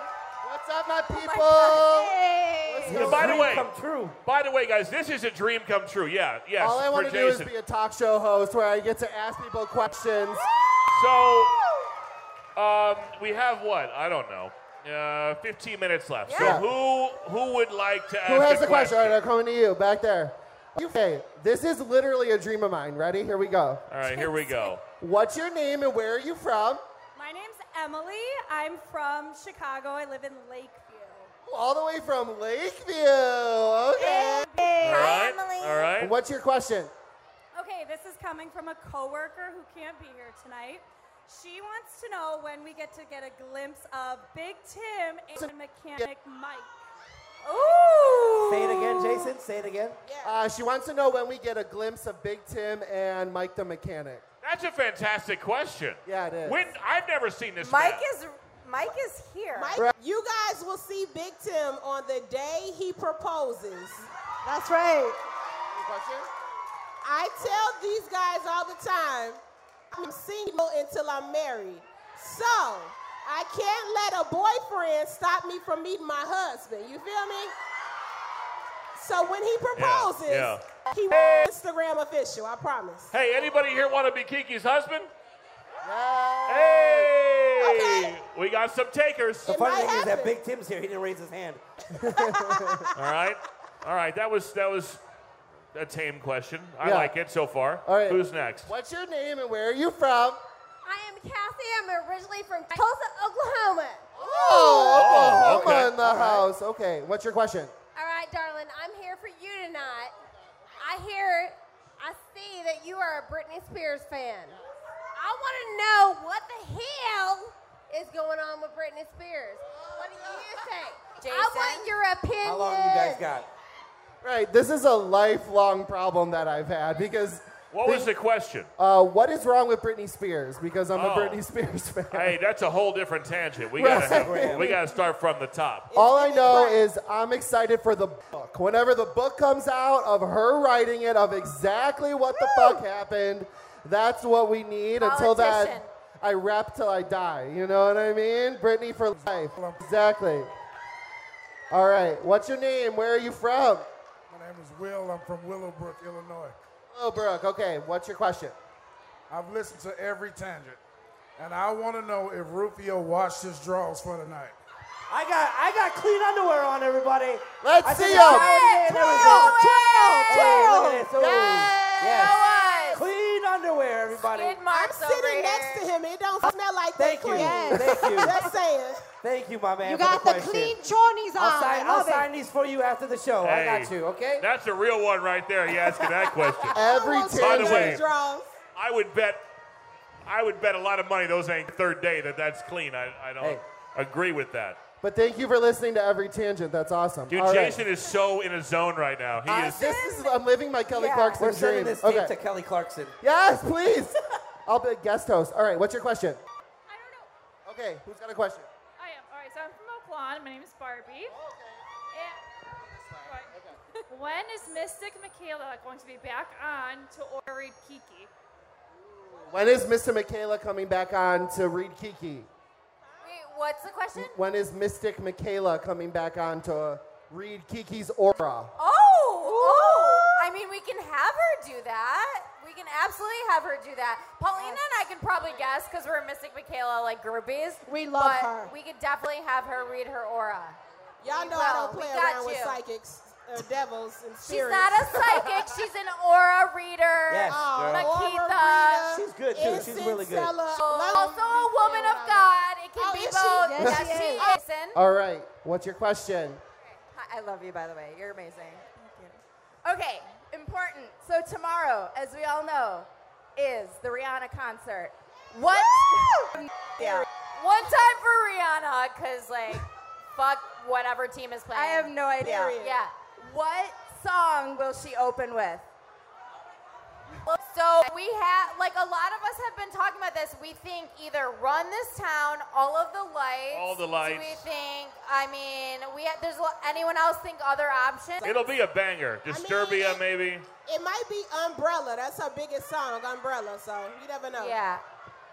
What's up, Oh my people? Let's Yeah, go. by the way, true. by the way, guys, this is a dream come true. Yeah, yes. All I for want to do is Jason. be a talk show host where I get to ask people questions. So, um, we have what? I don't know. Uh, 15 minutes left. Yeah. So who who would like to ask Who has a the question? All right, I'm coming to you back there. Okay, this is literally a dream of mine. Ready? Here we go. All right, here we go. What's your name and where are you from? My name's Emily. I'm from Chicago. I live in Lakeview. All the way from Lakeview. Okay. All right. All right. What's your question? Okay, this is coming from a coworker who can't be here tonight. She wants to know when we get to get a glimpse of Big Tim and Mechanic Mike. Ooh. Say it again, Jason. Say it again. Uh, she wants to know when we get a glimpse of Big Tim and Mike the Mechanic. That's a fantastic question. Yeah, it is. When I've never seen this. Mike man. is- Mike is here. Mike, Right. you guys will see Big Tim on the day he proposes. That's right. I tell these guys all the time, I'm single until I'm married. So I can't let a boyfriend stop me from meeting my husband. You feel me? So when he proposes, yeah. he will Instagram official, I promise. Hey, anybody here want to be Kiki's husband? Hey, we got some takers. The funny thing is that Big Tim's here. He didn't raise his hand. All right. All right. That was that was a tame question. I Yeah. like it so far. All right. Who's next? What's your name and where are you from? I am Kathy. I'm originally from Tulsa, Oklahoma. Oh, Oh, Oklahoma okay. in the All right. house. Okay, what's your question? All right, darling, I'm here for you tonight. I hear, I see that you are a Britney Spears fan. I want to know what the hell is going on with Britney Spears. What do you think? I want your opinion. How long you guys got? Right, this is a lifelong problem that I've had because. What was the question? Uh, what is wrong with Britney Spears? Because I'm Oh. a Britney Spears fan. Hey, that's a whole different tangent. We Right. gotta have, we gotta start from the top. All I know is I'm excited for the book. Whenever the book comes out of her writing it of exactly what the fuck happened, that's what we need. Until Politician. that, I rap till I die. You know what I mean? Britney for life. Exactly. All right. What's your name? Where are you from? My name is Will. I'm from Willowbrook, Illinois. Oh, Brooke. Okay. What's your question? I've listened to every tangent, and I want to know if Rufio washed his drawers for the night. I got I got clean underwear on, everybody. Let's I think see I 'em. ironed it and Twelve, everything. twelve, Hey, look at twelve. this. Ooh, Yes. yes. Clean underwear, everybody. I'm sitting next to him. It don't smell like Thank that you. clean. Thank you. Just saying. Thank you, my man. You for got the, the question. clean chonies I'll on. sign, I love will it. sign these for you after the Oh, show. I got Hey, you, okay? That's a real one right there. He asking that question. Every By time the way, I would bet, I would bet a lot of money those ain't third day that that's clean. I, I don't agree with that. But thank you for listening to every tangent. That's awesome. Dude, All right. Jason is so in his zone right now. He I- is. this is, I'm living my Kelly Yeah. Clarkson We're sending dream. this tape okay. to Kelly Clarkson. Yes, please. I'll be a guest host. All right, what's your question? Okay, who's got a question? I am. All right, so I'm from Oakland. My name is Barbie. Oh, And- Right. when is Mystic Michaela going to be back on to Ori Kiki? When is Mr. Michaela coming back on to read Wait, Kiki? what's the question? When is Mystic Michaela coming back on to read Kiki's aura? Oh, oh! I mean, we can have her do that. We can absolutely have her do that. Paulina and I can probably guess because we're Mystic Michaela like groupies. We love but her. We could definitely have her read her aura. Y'all We know I don't will. We play got around with you. psychics or devils and She's spirits. not a psychic. She's an aura reader. Yes, Oh, girl. Makita. She's good, too. She's really good. Also a woman of God. It can Oh, be is she? both. Yes, she she is. is. All right, what's your question? Hi, I love you, by the way. You're amazing. Okay, important. So tomorrow, as we all know, is the Rihanna concert. What? Yeah. One time for Rihanna, cause like, fuck whatever team is playing. I have no idea. Yeah. Yeah. What song will she open with? So we have, like, a lot of us have been talking about this. We think either run this town, all of the lights. All the lights. We think. I mean, we have, there's a lot- anyone else think other options? It'll be a banger. Disturbia, maybe. It might be Umbrella. That's her biggest song, Umbrella. So you never know. Yeah.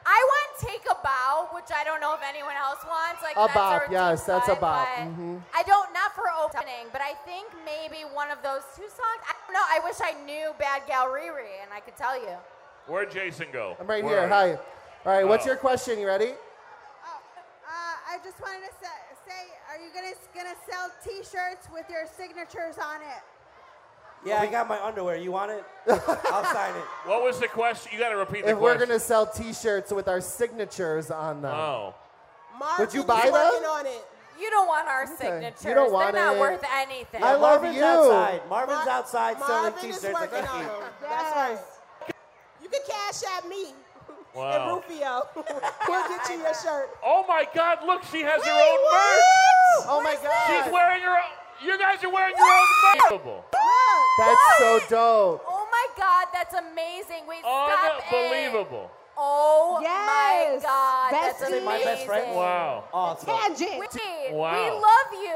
I want Take a Bow, which I don't know if anyone else wants. Like A that's bop, our yes, deep that's a cut, bop. but Mhm. I don't not for opening, but I think maybe one of those two songs. I don't know. I wish I knew Bad Gal Riri and I could tell you. Where'd Jason go? I'm right here. Hi. All right, what's Oh. your question? You ready? Uh, I just wanted to sa- say, are you guys gonna sell T-shirts with your signatures on it? Yeah, I got my underwear. You want it? I'll sign it. What was the question? You got to repeat the If we're question. gonna sell T-shirts with our signatures on them, Oh. would you buy them? on it. You don't want our signatures. You don't want They're not it. worth anything. I love Marvin's you. outside. Marvin's outside selling Marvin is t-shirts. at working on Kiki. them. That's right. You can cash at me Wow. and Rufio. we'll get you your shirt. Oh my God! Look, she has her Wait, own what? merch. Oh my God! She's wearing her. own... You guys are wearing your own merch. That's so dope. Oh my God, that's amazing. Wait, stop it. Unbelievable. Oh Yes. my God, Best that's team. amazing. My best friend. Wow. Awesome. Tangent. Wait, we Wow. love you.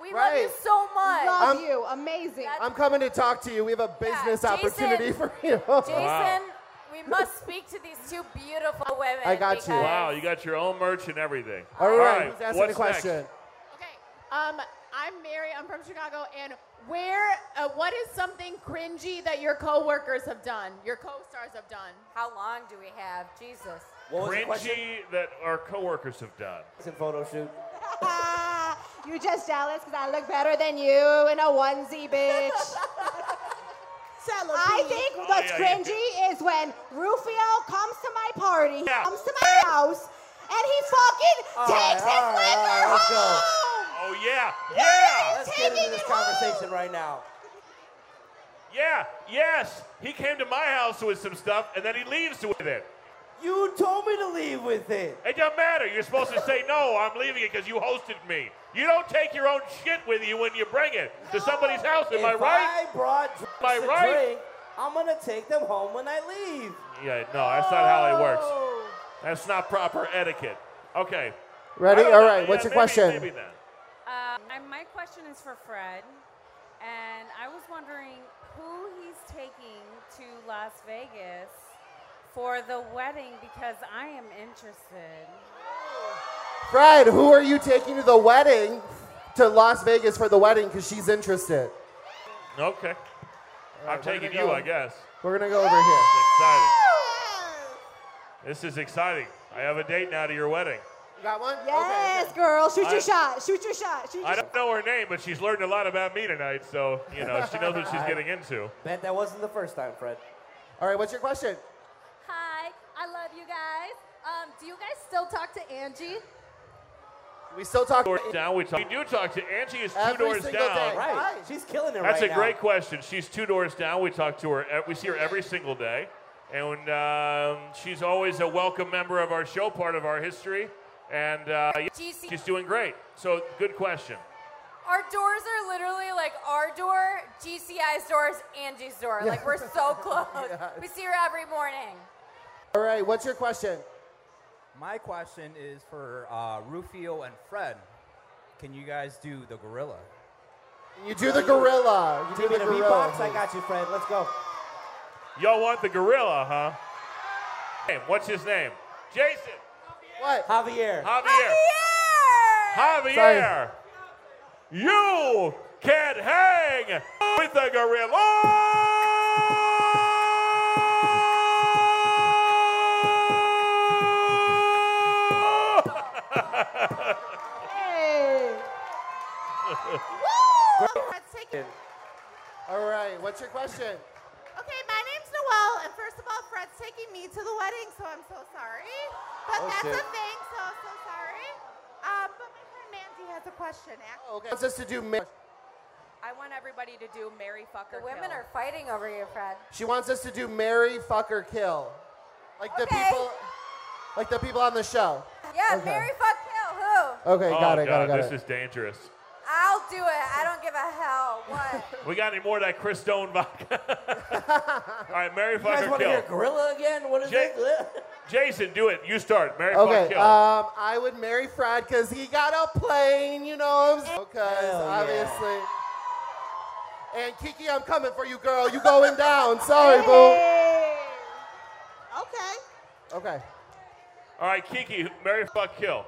We love you Right. so much. Love I'm- you. Amazing. I'm coming to talk to you. We have a business Jason. opportunity for you. Jason, we must speak to these two beautiful women. I got you. because- Wow, you got your own merch and everything. All right, who's asking what's the question? next? Um, I'm Mary. I'm from Chicago. And where? Uh, what is something cringy that your coworkers have done? Your co-stars have done? How long do we have? Jesus. What was the question? Cringy that our coworkers have done. It's a photo shoot. You're just jealous because I look better than you in a onesie, bitch. Tell 'em, I Pete. think Oh, what's yeah, yeah. cringy is when Rufio comes to my party, Yeah. comes to my house, and he fucking All right, takes his all right, all liquor right, let's go. home. Oh yeah, Let's yeah, get into this conversation right now. yeah, yes. He came to my house with some stuff, and then he leaves with it. You told me to leave with it. It doesn't matter. You're supposed to say no. I'm leaving it because you hosted me. You don't take your own shit with you when you bring it to somebody's house. Am if I right? I brought drinks Am I to right? drink, I'm gonna take them home when I leave. Yeah, no, that's not how it works. That's not proper etiquette. Okay. Ready? I don't All know. right, what's your maybe- question? maybe then. Uh, and my question is for Fred, and I was wondering who he's taking to Las Vegas for the wedding because I am interested. Fred, who are you taking to the wedding? To Las Vegas for the wedding because she's interested. Okay. I'm taking you, I guess. We're gonna go over here. It's exciting. This is exciting. I have a date now to your wedding. You got one? Yes, girl. Shoot I- your shot. Shoot your shot. Shoot your I shot. don't know her name, but she's learned a lot about me tonight, so you know she knows what she's getting into. Bet that wasn't the first time, Fred. All right, what's your question? Hi, I love you guys. Um, do you guys still talk to Angie? We still talk. Now we talk. We do talk to Angie. Is two Every doors down. single day. Right. She's killing it That's right a now. great question. She's two doors down. We talk to her. e- We see her every single day, and um, she's always a welcome member of our show, part of our history, And uh, yeah, GC. she's doing great. So, good question. Our doors are literally like our door, GCI's doors, Angie's door. Like we're so close. We see her every morning. All right, what's your question? My question is for uh, Rufio and Fred. Can you guys do the gorilla? You do the gorilla. You You do need the a gorilla. beatbox? I got you, Fred. Let's go. Y'all want the gorilla, huh? Hey, what's his name? Jason. What? Javier. Javier. Javier. Sorry. You can hang with the gorilla. Hey. Let's take it. All right, what's your question? Okay, my name's Noelle, and first of all, Fred's taking me to the wedding, so I'm so sorry. But Oh, that's shit. a thing, so I'm so sorry. Um, but my friend Mandy has a question. Actually. Okay. Wants us to do. Ma- I want everybody to do Mary Fucker. The women are fighting over you, Fred. she wants us to do marry, fuck, or kill, like the people, like the people on the show. Yeah, Okay. Mary fuck kill who? Okay, oh, got it, God, got it, got this it. is dangerous. I'll do it. I don't give a hell what. We got any more of that Chris Stone vodka? All right, Mary You guys Fucker want to Kill. hear gorilla again? What is Ja- it? Jason, do it. You start. Mary Fuck Okay, Kill. um, I would marry Fred because he got a plane, you know what I'm saying? Because Hell yeah. obviously. And Kiki, I'm coming for you, girl. You going down. Sorry, boo. Okay. Okay. All right, Kiki, Mary Fuck Kill.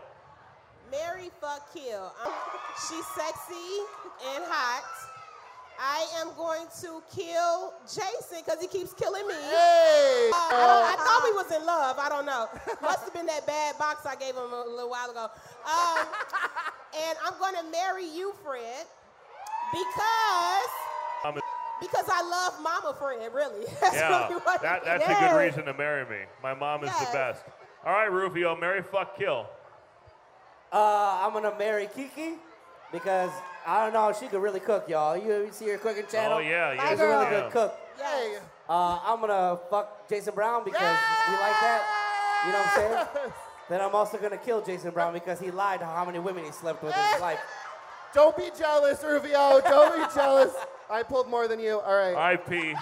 Mary fuck kill. Um, she's sexy and hot. I am going to kill Jason because he keeps killing me. Hey! Uh, I, don't- Uh-huh. I thought we was in love. I don't know. Must have been that bad box I gave him a little while ago. Um, and I'm going to marry you, Fred, because I'm a- because I love Mama Fred. Really, that's yeah, really what that, it that's a is. good reason to marry me. My mom is the best. All right, Rufio, Mary Fuck Kill. Uh, I'm gonna marry Kiki because I don't know. She could really cook, y'all. You ever see her cooking channel? Oh, yeah, yeah, she's a really yeah. good cook. Yay. Uh, I'm gonna fuck Jason Brown because we like that. You know what I'm saying? then I'm also gonna kill Jason Brown because he lied to how many women he slept with in his life. Don't be jealous, Rufio. Don't be jealous. I pulled more than you. All Uh, right. IP.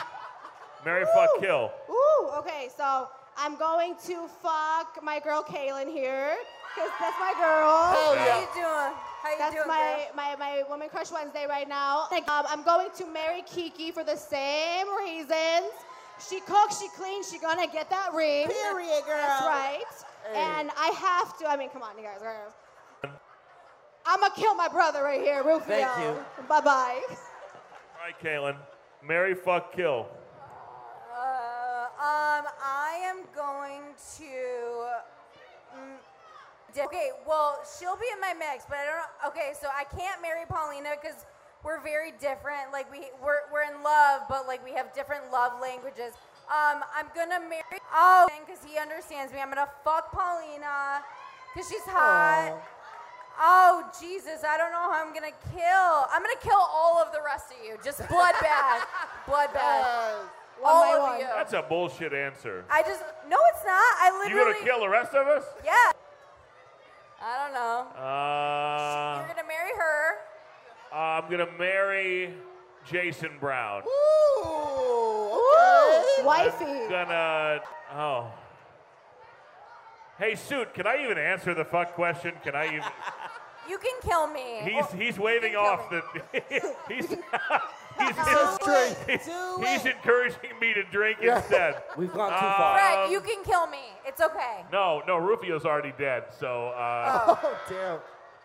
Mary Fuck Kill. Ooh, okay, so I'm going to fuck my girl Kaylin here. Because that's my girl. Hell Oh, How yeah. you doing? How you that's doing, my, my, my Woman Crush Wednesday right now. Um, I'm going to marry Kiki for the same reasons. She cooks, she cleans, she gonna get that ring. Period, girl. That's right. Hey. And I have to, I mean, come on, you guys. girls. I'm gonna kill my brother right here, Rufio. Thank you. Bye bye. All right, Caitlin. Mary Fuck Kill. Uh, um, I am going to. Mm, di- okay, well, she'll be in my mix, but I don't. know- Okay, so I can't marry Paulina because we're very different. Like we we're, we're in love, but like we have different love languages. Um, I'm gonna marry oh because he understands me. I'm gonna fuck Paulina because she's hot. Oh Jesus, I don't know how I'm gonna kill. I'm gonna kill all of the rest of you. Just bloodbath, bloodbath. One all by of one. you. That's a bullshit answer. I just no, it's not. I You gonna literally kill the rest of us? yeah. I don't know. Uh, You're gonna marry her. I'm gonna marry Jason Brown. Ooh, wifey. I'm gonna. Oh. Hey, suit. Can I even answer the fuck question? Can I even? You can kill me. He's Oh, he's waving off the. he's he's, he's, he's encouraging me to drink instead. We've gone too Fred, um, you can kill me. It's okay. No, no, Rufio's already dead. So. Uh, Oh, damn.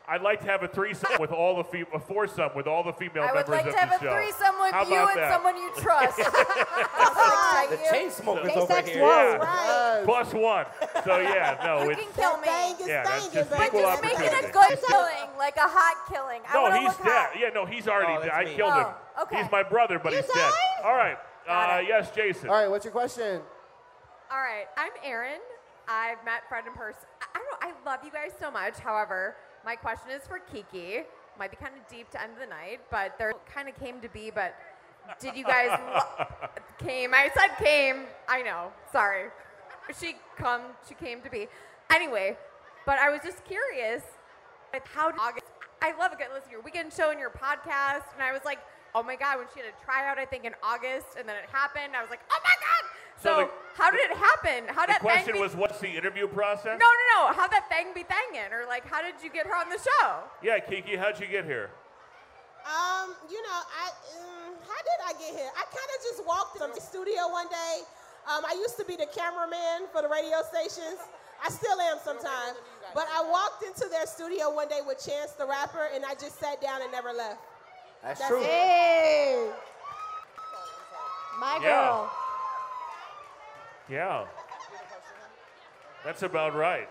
I'd like to have a threesome with all the fe- a foursome with all the female I would members like of to have the a show. threesome with How you about and that? someone you trust. The chain smokers Gay over sex here. was, Yeah. Plus one. So yeah, no, you it's can kill me. yeah, that's just but equal just make it opportunity. a good killing, like a hot killing. I No, wanna he's look dead. hot. Yeah, no, he's already Oh, dead. that's I me. killed him. Oh, okay. He's my brother, but he's dead. All right. Uh, yes, Jason. All right, what's your question? All right, I'm Erin. I've met Fred in person. I I don't know, I love you guys so much. However, my question is for Kiki. Might be kind of deep to end the night, but there kind of came to be, but did you guys lo- came? I said came. I know. Sorry. She come, she came to be. Anyway, But I was just curious, like how did August? I love a good listen to your weekend show and your podcast, and I was like, oh my god, when she had a tryout, I think in August, and then it happened. I was like, oh my god. So, So the- how did it happen? How The did that thing question be- was, what's the interview process? No, no, no. How that thing be thangin', or like, how did you get her on the show? Yeah, Kiki, how'd you get here? Um, you know, I um, how did I get here? I kind of just walked into the studio one day. Um, I used to be the cameraman for the radio stations. I still am sometimes. But I walked into their studio one day with Chance the Rapper, and I just sat down and never left. That's, That's true. Hey, my Yeah. girl. Yeah. That's about right.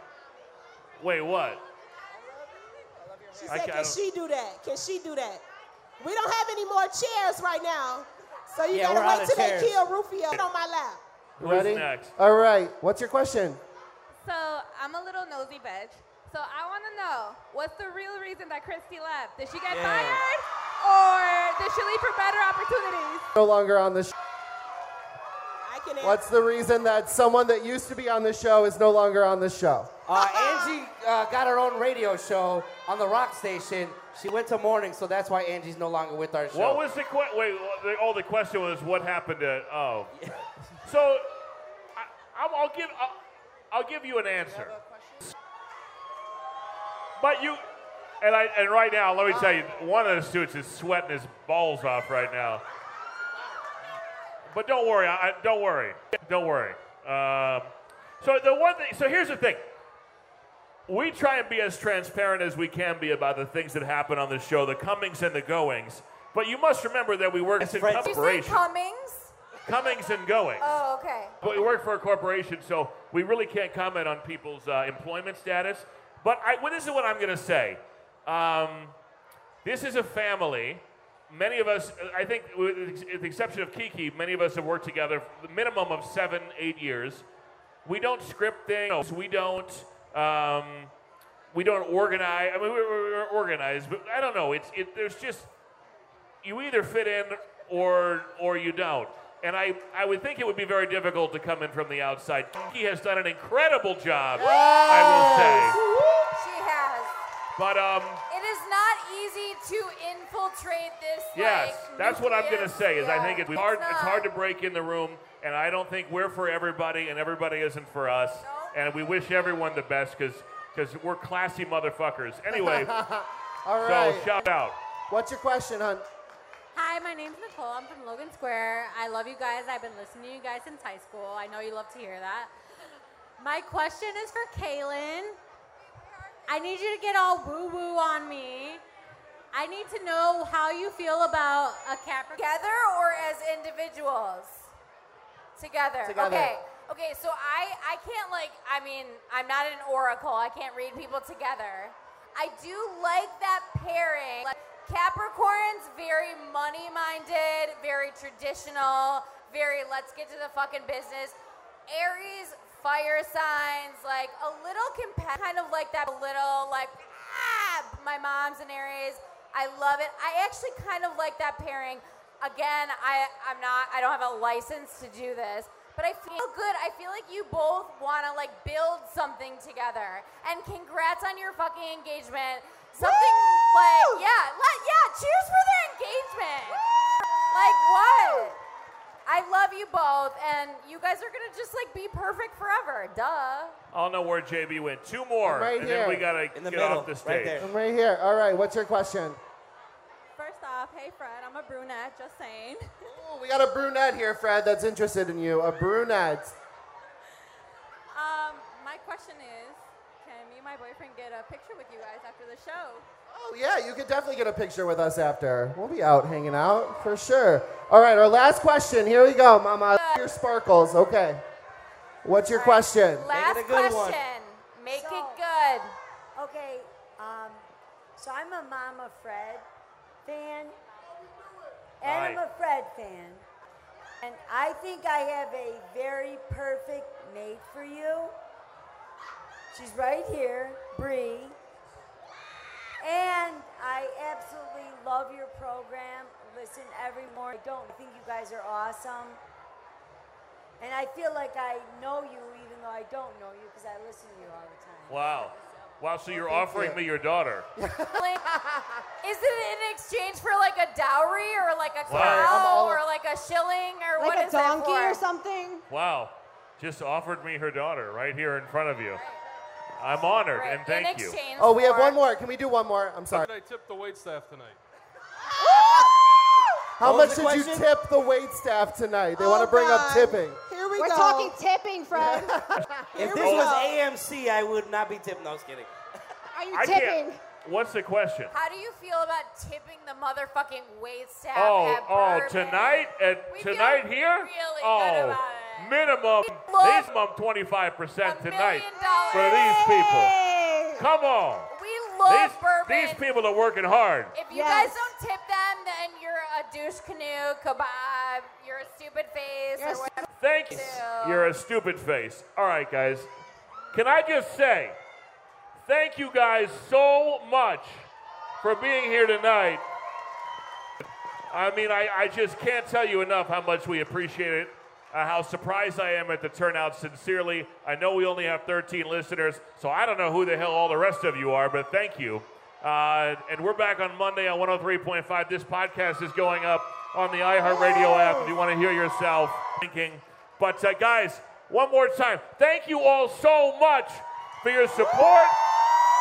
Wait, what? She I ca- said, I "Can don't- she do that? Can she do that?" We don't have any more chairs right now, so you Yeah, gotta we're out wait of till they chairs. kill Rufio on my lap. Who's Ready? next? All right. What's your question? So I'm a little nosy bitch. So I want to know what's the real reason that Christy left? Did she get Yeah. fired, or did she leave for better opportunities? No longer on the. Sh- I can What's the reason that someone that used to be on the show is no longer on the show? Uh, Angie uh, got her own radio show on the rock station. She went to morning, so that's why Angie's no longer with our show. What was the question? Wait, the, oh, the question was what happened to. Oh. So, I, I'll, I'll give I'll, I'll give you an answer. But you, and I, and right now, let me tell you, one of the students is sweating his balls off right now. But don't worry, I, I- don't worry, don't worry. Um, so the one thing, so here's the thing. We try and be as transparent as we can be about the things that happen on the show, the comings and the goings. But you must remember that we work in Did you say corporation, Cummings? comings and goings. Oh, okay. But we work for a corporation, so we really can't comment on people's uh, employment status. But I, well, this is what I'm going to say. Um, this is a family. Many of us, I think, with the exception of Kiki, many of us have worked together for the minimum of seven, eight years. We don't script things. We don't. Um, we don't organize. I mean, we're, we're organized, but I don't know. It's it. There's just you either fit in or or you don't. And I, I would think it would be very difficult to come in from the outside. Kiki has done an incredible job, I will say. She has. But um, It is not easy to infiltrate this. yes, like, that's what I'm going to nucleus. say. Is I think it's Yeah. hard. It's not. hard to break in the room, and I don't think we're for everybody, and everybody isn't for us. And we wish everyone the best because because we're classy motherfuckers. Anyway, All so right. shout out. What's your question, hon? Hi, my name's Nicole. I'm from Logan Square. I love you guys. I've been listening to you guys since high school. I know you love to hear that. My question is for Kaylin. I need you to get all woo woo on me. I need to know how you feel about a Capricorn. Together or as individuals? Together. Together. Okay. Okay, so I I can't like I mean, I'm not an oracle. I can't read people together. I do like that pairing. Like Capricorn's very money-minded, very traditional, very let's get to the fucking business. Aries fire signs like a little compa- kind of like that little like ah, my mom's an Aries. I love it. I actually kind of like that pairing. Again, I I'm not I don't have a license to do this, but I feel good. I feel like you both want to like build something together. And congrats on your fucking engagement. Something like yeah, let, yeah, cheers for the engagement. Like what? I love you both, and you guys are gonna just like be perfect forever. Duh. I don't know where JB went. Two more, I'm right and here. then we gotta In get the middle, off the right stage. there. I'm right here. All right. What's your question? First off, hey Fred, I'm a brunette, just saying. We got a brunette here, Fred, that's interested in you. A brunette. Um, my question is, can me and my boyfriend get a picture with you guys after the show? Oh Yeah, you could definitely get a picture with us after. We'll be out hanging out for sure. All right, our last question. Here we go, Mama. Your sparkles. Okay. What's your question? Last question. Make it good. Okay, um, so I'm a Mama Fred fan, and I'm Right. a Fred fan, and I think I have a very perfect mate for you. She's right here, Bree, and I absolutely love your program. Listen every morning. I don't think you guys are awesome. And I feel like I know you, even though I don't know you, because I listen to you all the time. Wow. Wow, so you're offering me your daughter. Like, is it in exchange for like a dowry or like a Wow. I'm cow all- or like a shilling or Like what a is that donkey for? or something? Wow, just offered me her daughter right here in front of you. I'm honored and Right, in thank you. exchange Oh, we have one more. Can we do one more? I'm sorry. How did I tip the wait staff tonight? How much What was did the you question? tip the wait staff tonight? Oh, They want to bring up tipping. Here we We're go. talking tipping, Fred. If Here this we was Oh. go. AMC, I would not be tipping. No, I was kidding. Are you I can't. What's the question? How do you feel about tipping the motherfucking wait staff Oh, at oh, Burbank? tonight at We feel tonight here. really good oh, about minimum, love minimum twenty five percent tonight dollars. for these people. Come on, We love these, Burbank. these people are working hard. If you guys don't tip them, then you're a douche canoe, kebab, you're a stupid face, or whatever. Thank you. You're a stupid face. All right, guys. Can I just say, thank you guys so much for being here tonight. I mean, I, I just can't tell you enough how much we appreciate it, uh, how surprised I am at the turnout, sincerely. I know we only have 13 listeners, so I don't know who the hell all the rest of you are, but thank you. Uh, and we're back on Monday on 103.5. This podcast is going up on the iHeartRadio app if you want to hear yourself thinking. But uh, guys, one more time, thank you all so much for your support.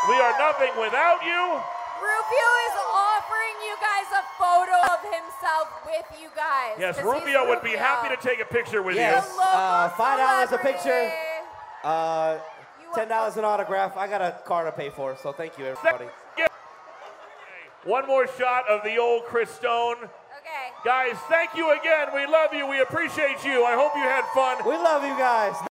We are nothing without you. Rubio is offering you guys a photo of himself with you guys. Yes, 'cause he's Rubio would be happy to take a picture with Yes, you. uh, five dollars a picture. Uh, ten dollars an autograph. I got a car to pay for, so thank you, everybody. One more shot of the old Chris Stone. Okay. Guys, thank you again. We love you. We appreciate you. I hope you had fun. We love you guys.